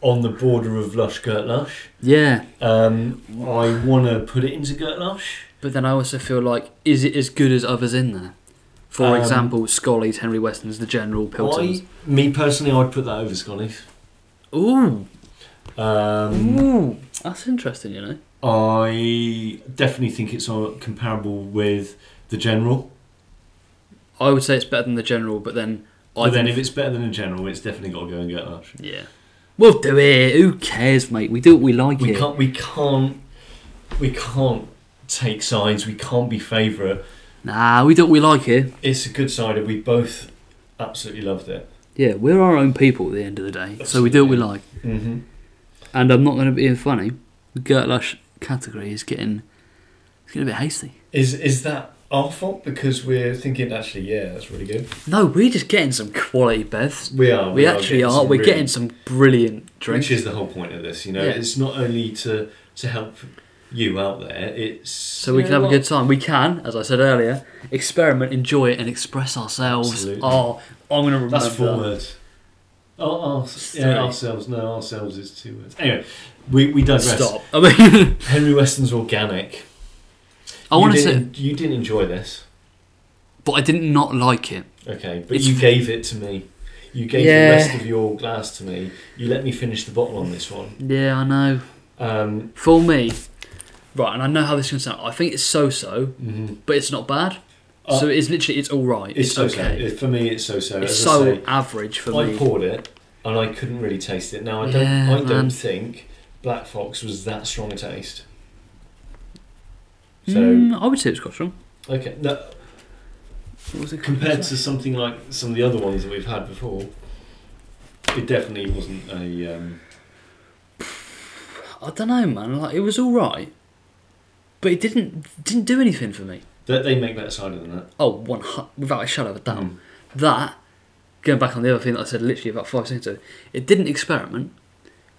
on the border of lush Gert Lush.
Yeah,
Um, I want to put it into Gert Lush.
but then I also feel like, is it as good as others in there? For
Um,
example, Scully's, Henry Weston's, the General, Pilton's.
I, me personally, I'd put that over Scully's.
Ooh,
Um,
ooh, that's interesting. You know.
I definitely think it's uh, comparable with the general.
I would say it's better than the general, but then I
But then,
think-
if it's better than the general, it's definitely got to go and get that.
Yeah. We'll do it. Who cares, mate? We do what we like
We
here.
can't. We can't. We can't take sides. We can't be favourite.
Nah, we do what we like here.
It's a good cider. We both absolutely loved it.
Yeah, we're our own people at the end of the day, so we do what we like.
Mm-hmm.
And I'm not going to be being funny. The Gert Lush category is getting it's getting a bit hasty.
Is is that our fault because we're thinking actually? Yeah, that's really good.
No, we're just getting some quality bevs.
Oh, We are.
We, actually
getting
are.
some
We're
really
getting some brilliant drinks.
Which is the whole point of this, you know.
Yeah.
It's not only to to help you out there. It's
so we can have a good time. We can, as I said earlier, experiment, enjoy it, and express ourselves.
Absolutely.
Oh, I'm going to remember.
That's uh, four words. Oh, our,
Three.
yeah, ourselves. No, ourselves is two words. Anyway, we we digress.
[laughs] Stop. I mean,
Henry Weston's organic.
I
You
want to say,
didn't- you didn't enjoy this,
but I did not like it.
okay? But
It's-
you gave it to me. You gave
Yeah.
the rest of your glass to me. You let me finish the bottle on this one.
Yeah, I know.
Um,
For me, right, and I know how this is going to sound. I think it's so-so,
mhm.
but it's not bad.
Uh,
so it's literally it's all right.
It's,
It's,
so-so.
okay.
It- For me, it's so-so.
It's
As I
so
say,
average for
I
me.
poured it and I couldn't really taste it. Now I don't
Yeah,
I don't
man.
think Black Fox was that strong a taste. So
Mm, I would say it's quite strong.
okay, no,
What was it
compared to something like some of the other ones that we've had before, it definitely wasn't a. Um,
I don't know, man. Like it was all right, But it didn't didn't do anything for me.
They, they make better cider than that.
Oh, one hu- without a shadow of a doubt.
Hmm.
That going back on the other thing that I said literally about five seconds ago, it didn't experiment,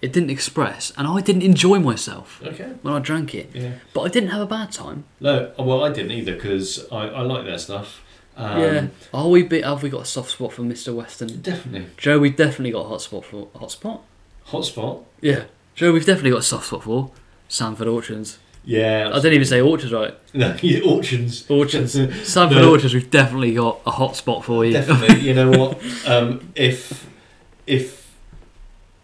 it didn't express, and I didn't enjoy myself
Okay.
when I drank it.
Yeah.
But I didn't have a bad time.
No, well, I didn't either because I, I like their stuff. Um,
yeah. Are we bit? Have we got a soft spot for Mister Western?
Definitely.
Joe, we've definitely got a hot spot for hot spot.
Hotspot.
Yeah. Joe, we've definitely got a soft spot for Sanford Orchards.
Yeah.
I didn't even say orchards right.
[laughs] no, yeah, auctions. uh,
Orchards. [laughs]
[laughs]
Sanford
No.
Orchards, we've definitely got a hot spot for you.
Definitely. You know what? Um, if if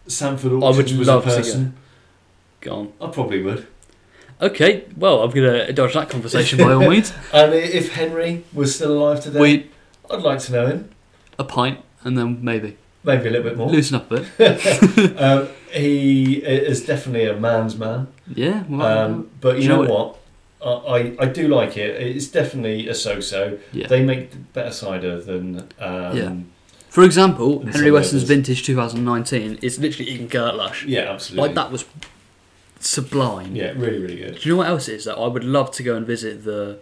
Sanford
would
Auctions was a
love to go.
person,
[laughs] Go on.
I probably would.
Okay, well, I'm going to dodge that conversation by all
[laughs]
means.
And i- if Henry was still alive today,
Wait,
I'd like to know him.
a pint, and then maybe.
Maybe a little bit more.
Loosen up a
[laughs]
bit.
um, he i- is definitely a man's man.
Yeah, well,
Um, but you,
You
know,
know
what? I, I, I do like it. It's definitely a so-so.
yeah.
They make better cider than um,
Yeah. For example,
And
Henry
some
Weston's
others.
Vintage 2019 is literally eating Gertlush.
Yeah, absolutely.
Like, that was sublime.
Yeah, really, really good.
Do you know what else it is that I would love to go and visit the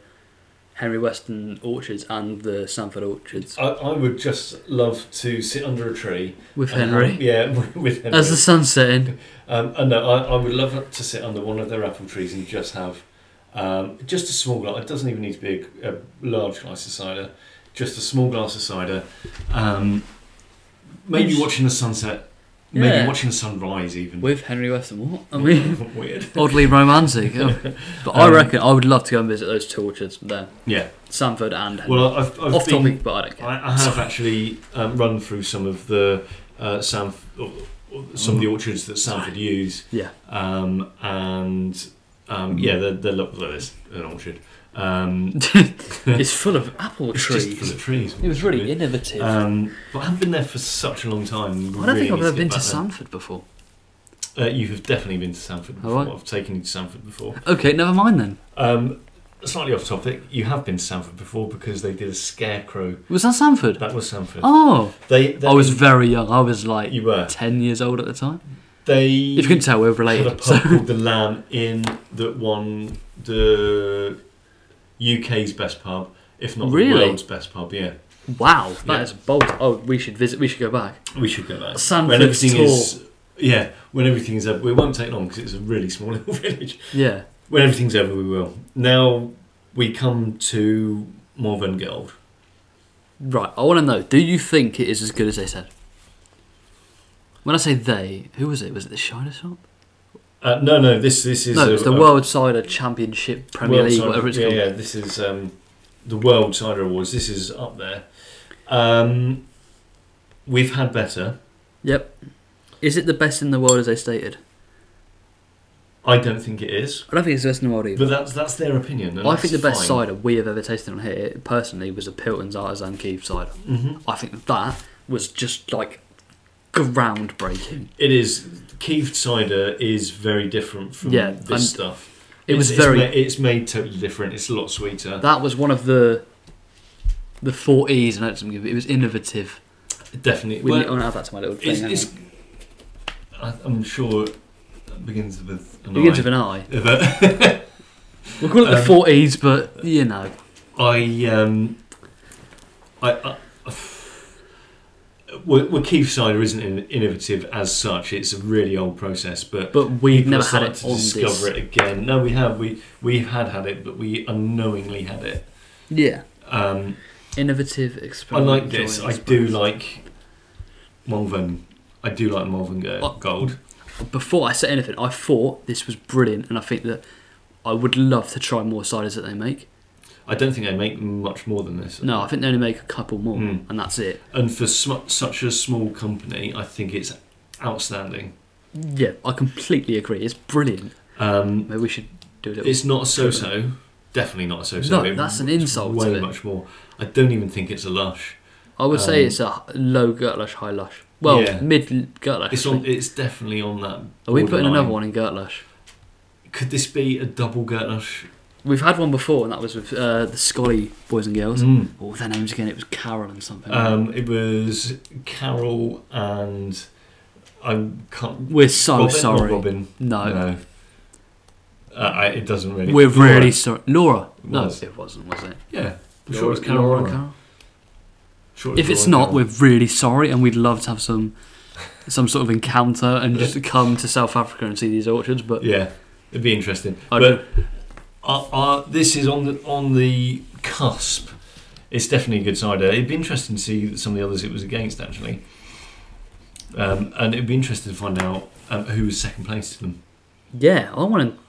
Henry Weston orchards and the Sanford orchards
I, I would just love to sit under a tree.
with
and-
Henry
yeah, [laughs] with Henry.
as the sun's setting.
um, and no, I, I would love to sit under one of their apple trees and just have um, just a small glass. It doesn't even need to be a, a large glass of cider. Just a small glass of cider. Um, maybe
Yes.
watching the sunset. Maybe
Yeah.
watching the sunrise even.
With Henry Weston, what?
[laughs]
I mean,
Weird. [laughs]
oddly romantic. Oh. but I
Um,
reckon I would love to go and visit those two orchards there,
Yeah.
Sanford and Henry.
Well, I've, I've
Off
been,
topic, but I don't care.
I, I have actually um, run through some of the uh, Sanf- or- or some of the orchards that Sanford use.
Yeah.
Um, and
Mm-hmm.
um, yeah, they're, they're lo- well, there's an orchard. Um,
[laughs] it's full of apple
it's
trees.
just full of trees.
it was really innovative.
Um, but I haven't been there for such a long time.
I don't
Really
think I've
need
ever
get
been to
back there.
Sanford before.
Uh, you have definitely been to Sanford
Have
before.
I?
I've taken you to Sanford before.
Okay, never mind then.
Um, slightly off topic, you have been to Sanford before because they did a scarecrow.
Was that Sanford?
That was Sanford.
Oh,
They, they
I was very young. I was like
You were.
ten years old at the time.
They.
If you couldn't tell, we're
had a
related. So.
pub called the Lamb in that won the UK's best pub, if not
Really?
the world's best pub. Yeah,
Wow, that
Yeah.
is bold. Oh, we should visit. We should go back.
we should go back.
Sanford's
when everything
tall.
is yeah, when everything is over, it won't take long because it's a really small [laughs] little village.
Yeah.
When everything's over, we will. Now we come to Morven Gold.
Right. I want to know. Do you think it is as good as they said? When I say they, who was it? Was it the Shiner Shop?
Uh, no, no, this this is
No,
a-
it's the
a
World Cider Championship Premier
World
League,
Cider-
whatever it's
yeah,
called.
Yeah, this is um, the World Cider Awards. This is up there. Um, we've had better.
Yep. Is it the best in the world as they stated?
I don't think it is.
I don't think it's the best in the world either.
But that's that's their opinion. And
I think the best cider we have ever tasted on here, personally, was the Pilton's Artisan Cube cider.
hmm
I think that was just like groundbreaking.
It is. Keith cider is very different from
Yeah,
this
and
stuff.
It was
it's,
very.
It's made, it's made totally different. It's a lot sweeter.
that was one of the the four E's, and I don't remember, it was innovative.
Definitely.
We
Well,
need to add that to my little thing.
it's,
hang
it's, I, I'm sure that begins with.
on.
An
Begins
I.
with an I.
[laughs] But
We'll call it the
Um,
four E's, but you know,
I um, I. I well, well, Keith cider isn't in- innovative as such. It's a really old process, but
but we've
People
never
are
had
starting
it
to
on
discover it
this.
again. No, we have. We we had had it, but we unknowingly had it.
Yeah,
Um,
innovative
I
experiment.
like this. I
enjoying
do
experience.
like Malvern. I do like Malvern Go-
What?
Gold.
before I said anything, I thought this was brilliant, and I think that I would love to try more ciders that they make.
I don't think they make much more than this.
No, I think they only make a couple more,
Mm.
and that's it.
And for sm- such a small company, I think it's outstanding.
Yeah, I completely agree. It's brilliant.
Um,
Maybe we should do a little.
it's not a so-so. Definitely not a so-so.
No,
It-
that's an
it's
insult
Way
to it.
much more. I don't even think it's a lush.
I would say
um,
it's a h- low Gertlush, high lush. Well,
Yeah.
mid Gertlush.
It's on. It's definitely on that.
Are we putting
borderline.
another one in Gertlush?
Could this be a double Gertlush?
We've had one before, and that was with uh, the Scully boys and girls.
Mm.
What were their names again? It was Carol and something.
Um, it was Carol and I can't.
We're so
Robin, not
sorry.
Robin.
No.
No. Uh, I, it doesn't really.
We're really sorry. Laura. No,
Was.
it wasn't, was it?
Yeah.
I'm
Laura
sure it was
and
Carol and
Laura.
Carol.
Sure,
If it's
Laura
not,
and
we're really sorry, and we'd love to have some some sort of encounter and just come to South Africa and see these orchards. But
Carol. Yeah, it'd be interesting.
I'd-
but uh, uh, this is on the on the cusp. It's definitely a good cider. It'd be interesting to see some of the others it was against actually, um, and it'd be interesting to find out um, who was second place to them.
yeah, I want to.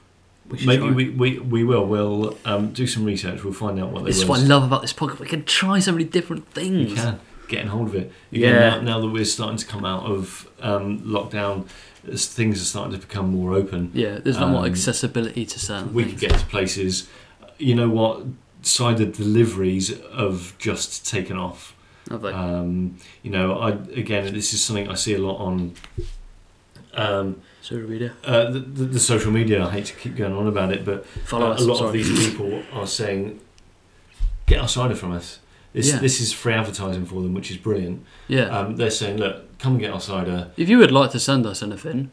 Maybe we, we, we will. We'll um, do some research. We'll find out what they
This is what I love about this podcast. We can try so many different
You
things.
can getting hold of it again
Yeah.
now, now that we're starting to come out of um, lockdown. as Things are starting to become more open.
Yeah, there's not
Um,
more accessibility to certain
We could
things.
get to places. You know what? Cider deliveries have just taken off.
Have they?
Um, you know, I again, this is something I see a lot on um,
so we do.
uh, the, the, the social media. I hate to keep going on about it, but
Follow
uh,
us.
a lot
sorry.
of these people are saying, "Get our cider from us." This
Yeah.
this is free advertising for them, which is brilliant.
yeah.
Um, they're saying, "Look, come and get our cider."
if you would like to send us anything,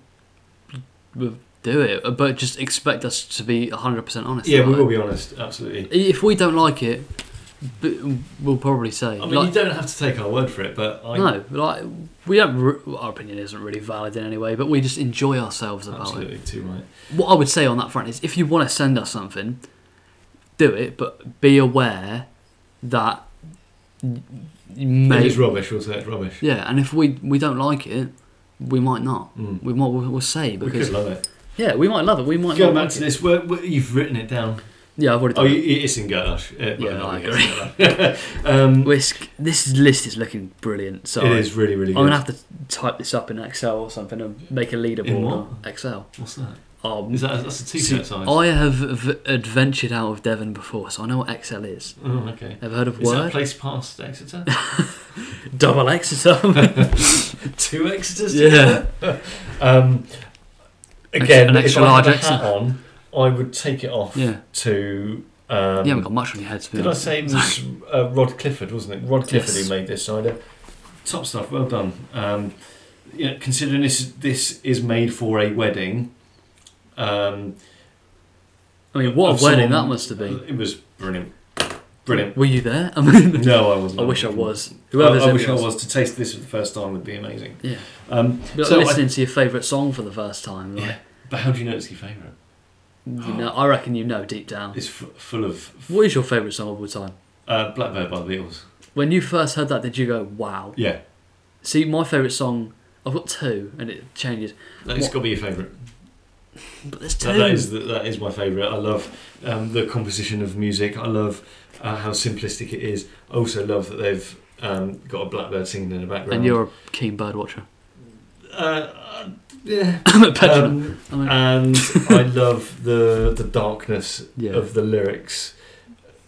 we'll do it. uh, But just expect us to be 100% honest.
Yeah,
about
we will
it.
be honest, absolutely.
If we don't like it, b- we'll probably say.
I mean,
like-
you don't have to take our word for it, but I
no, like we don't. Re- our opinion isn't really valid in any way, but we just enjoy ourselves about
absolutely too right.
it. What I would say on that front is, if you want to send us something, do it, but be aware that y- you
If
may.
it's rubbish, we'll say it's rubbish.
Yeah, and if we we don't like it, we might not.
Mm.
We might we'll, we'll say
We could
because
love it.
yeah, we might love it. We might
Going
not
back
like
to
it.
this, where, where, you've written it down.
Yeah, I've already
Oh,
done.
you,
it.
it's in Gerdash.
Yeah,
[laughs]
I
um,
We're sc- this list is looking brilliant. So
It is really, really
I'm
good.
gonna have to type this up in Excel or something and make a
In
leaderboard
what?
on Excel.
What's that?
Um,
Is that that's a
see,
t-shirt size?
I have v- adventured out of Devon before, so I know what Excel is.
oh, okay.
Ever heard of
Is that a
Word?
place past Exeter?
Double [laughs] Exeter.
Two Exeters?
[laughs] yeah.
Um, again,
An
if
extra
I
large
had a
Exeter.
hat on, I would take it off
Yeah.
to. Um,
You haven't got much on your head, to be
Did I
honest.
say it was uh, Rod Clifford, wasn't it? Rod Clifford
Yes.
who made this cider. Top stuff, well done. Um, you know, considering this this is made for a wedding, um,
I mean, what
of
a wedding
someone-
that must have been.
It was brilliant, brilliant.
Were you there? [laughs] I mean,
No, I wasn't.
I wish I was.
I,
Whoever's
I
in
wish I
this-
was. To taste this for the first time would be amazing.
Yeah.
Um,
Be like
So I-
listening to your favourite song for the first time. Like,
yeah, but how do you know it's your favourite?
you know, I reckon you know deep down.
It's f- full of
What is your favourite song of all time?
uh, Blackbird by the Beatles.
When you first heard that, did you go, wow?
Yeah,
See, my favourite song, I've got two, and it changes.
that's
What-
got to be your favourite.
But there's two.
That, that is that is my favourite. I love um, the composition of music. I love uh, how simplistic it is. I also love that they've um, got a blackbird singing in the background.
and you're a keen bird watcher. [laughs]
uh, uh, yeah.
I'm a petulant.
Um,
I
and
mean,
I love the the darkness
yeah.
of the lyrics.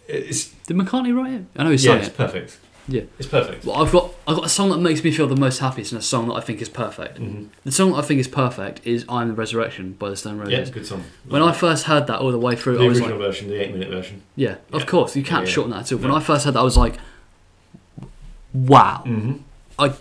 It's
Did McCartney write it? I know he
yeah,
sang
it's
it.
perfect.
Yeah.
it's perfect.
Well, I've got I've got a song that makes me feel the most happiest, and a song that I think is perfect.
Mhm.
The song that I think is perfect is "I'm the Resurrection" by the Stone
Yeah,
Roses.
it's a good song.
When I first heard that all the way
the
through, I was
original
like,
version, the eight minute version.
"Yeah,
Yeah.
of course, you can't
Yeah.
shorten that at all." When
No.
I first heard that, I was like, "Wow!"
Mm-hmm.
I-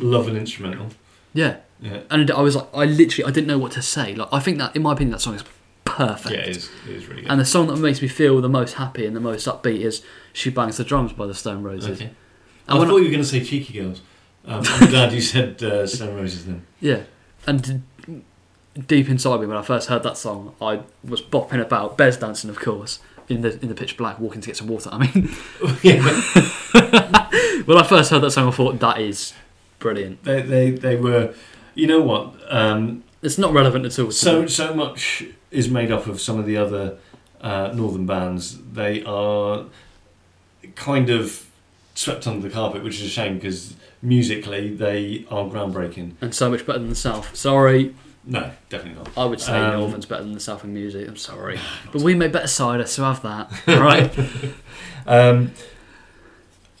love an instrumental.
Yeah,
Yeah,
and I was like, I literally I didn't know what to say. Like, I think that in my opinion, that song is
yeah,
perfect.
it is. It is really good.
And the song that makes me feel the most happy and the most upbeat is "She Bangs the Drums" by the Stone Roses.
okay.
And
I
when
thought you were going to say Cheeky Girls. Um,
[laughs]
I'm glad you said uh, Stone Roses then. [laughs]
Yeah, and d- deep inside me, when I first heard that song, I was bopping about, bez dancing, of course, in the in the pitch black, walking to get some water. [laughs] I mean,
yeah,
when I first heard that song, I thought that is brilliant.
they, they, they were. You know what? Um,
It's not relevant at all. to
so
me.
so much is made up of some of the other uh, northern bands. They are kind of swept under the carpet, which is a shame because musically they are groundbreaking.
and so much better than the South. Sorry,
No, definitely not.
I would say
Um,
Northern's better than the South in music. I'm sorry, but we made better cider, so have that. All right?
[laughs] Um,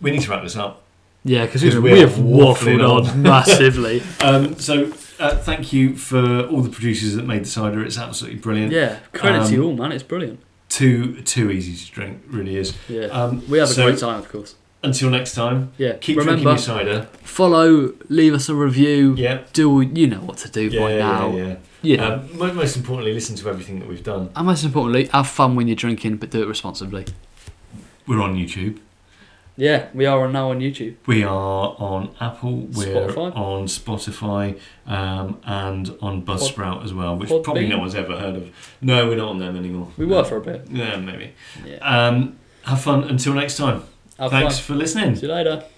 we need to wrap this up.
yeah, because
'Cause
we,
we're
have waffled
waffling on.
on massively.
Um, so uh, thank you for all the producers that made the cider. It's absolutely brilliant.
[laughs] yeah, credit to you
Um,
all, man. It's brilliant.
Too too easy to drink, really is.
Yeah,
Um,
we have a
so-
great time, of course.
Until next time,
Yeah.
keep drinking
Remember,
your cider.
follow, leave us a review.
Yeah.
Do all- you know what to do
Yeah,
by
yeah,
now?
yeah, yeah.
You know.
Um, mo- most importantly, listen to everything that we've done.
and most importantly, have fun when you're drinking, but do it responsibly.
We're on YouTube.
Yeah, we are now on YouTube.
We are on Apple. We're
Spotify.
on Spotify um, and on Buzzsprout as well, which
Podbean.
probably no one's ever heard of. No, we're not on them anymore.
for a bit.
Yeah, maybe.
Yeah.
Um, have fun until next time.
Have
Thanks for listening.
you later.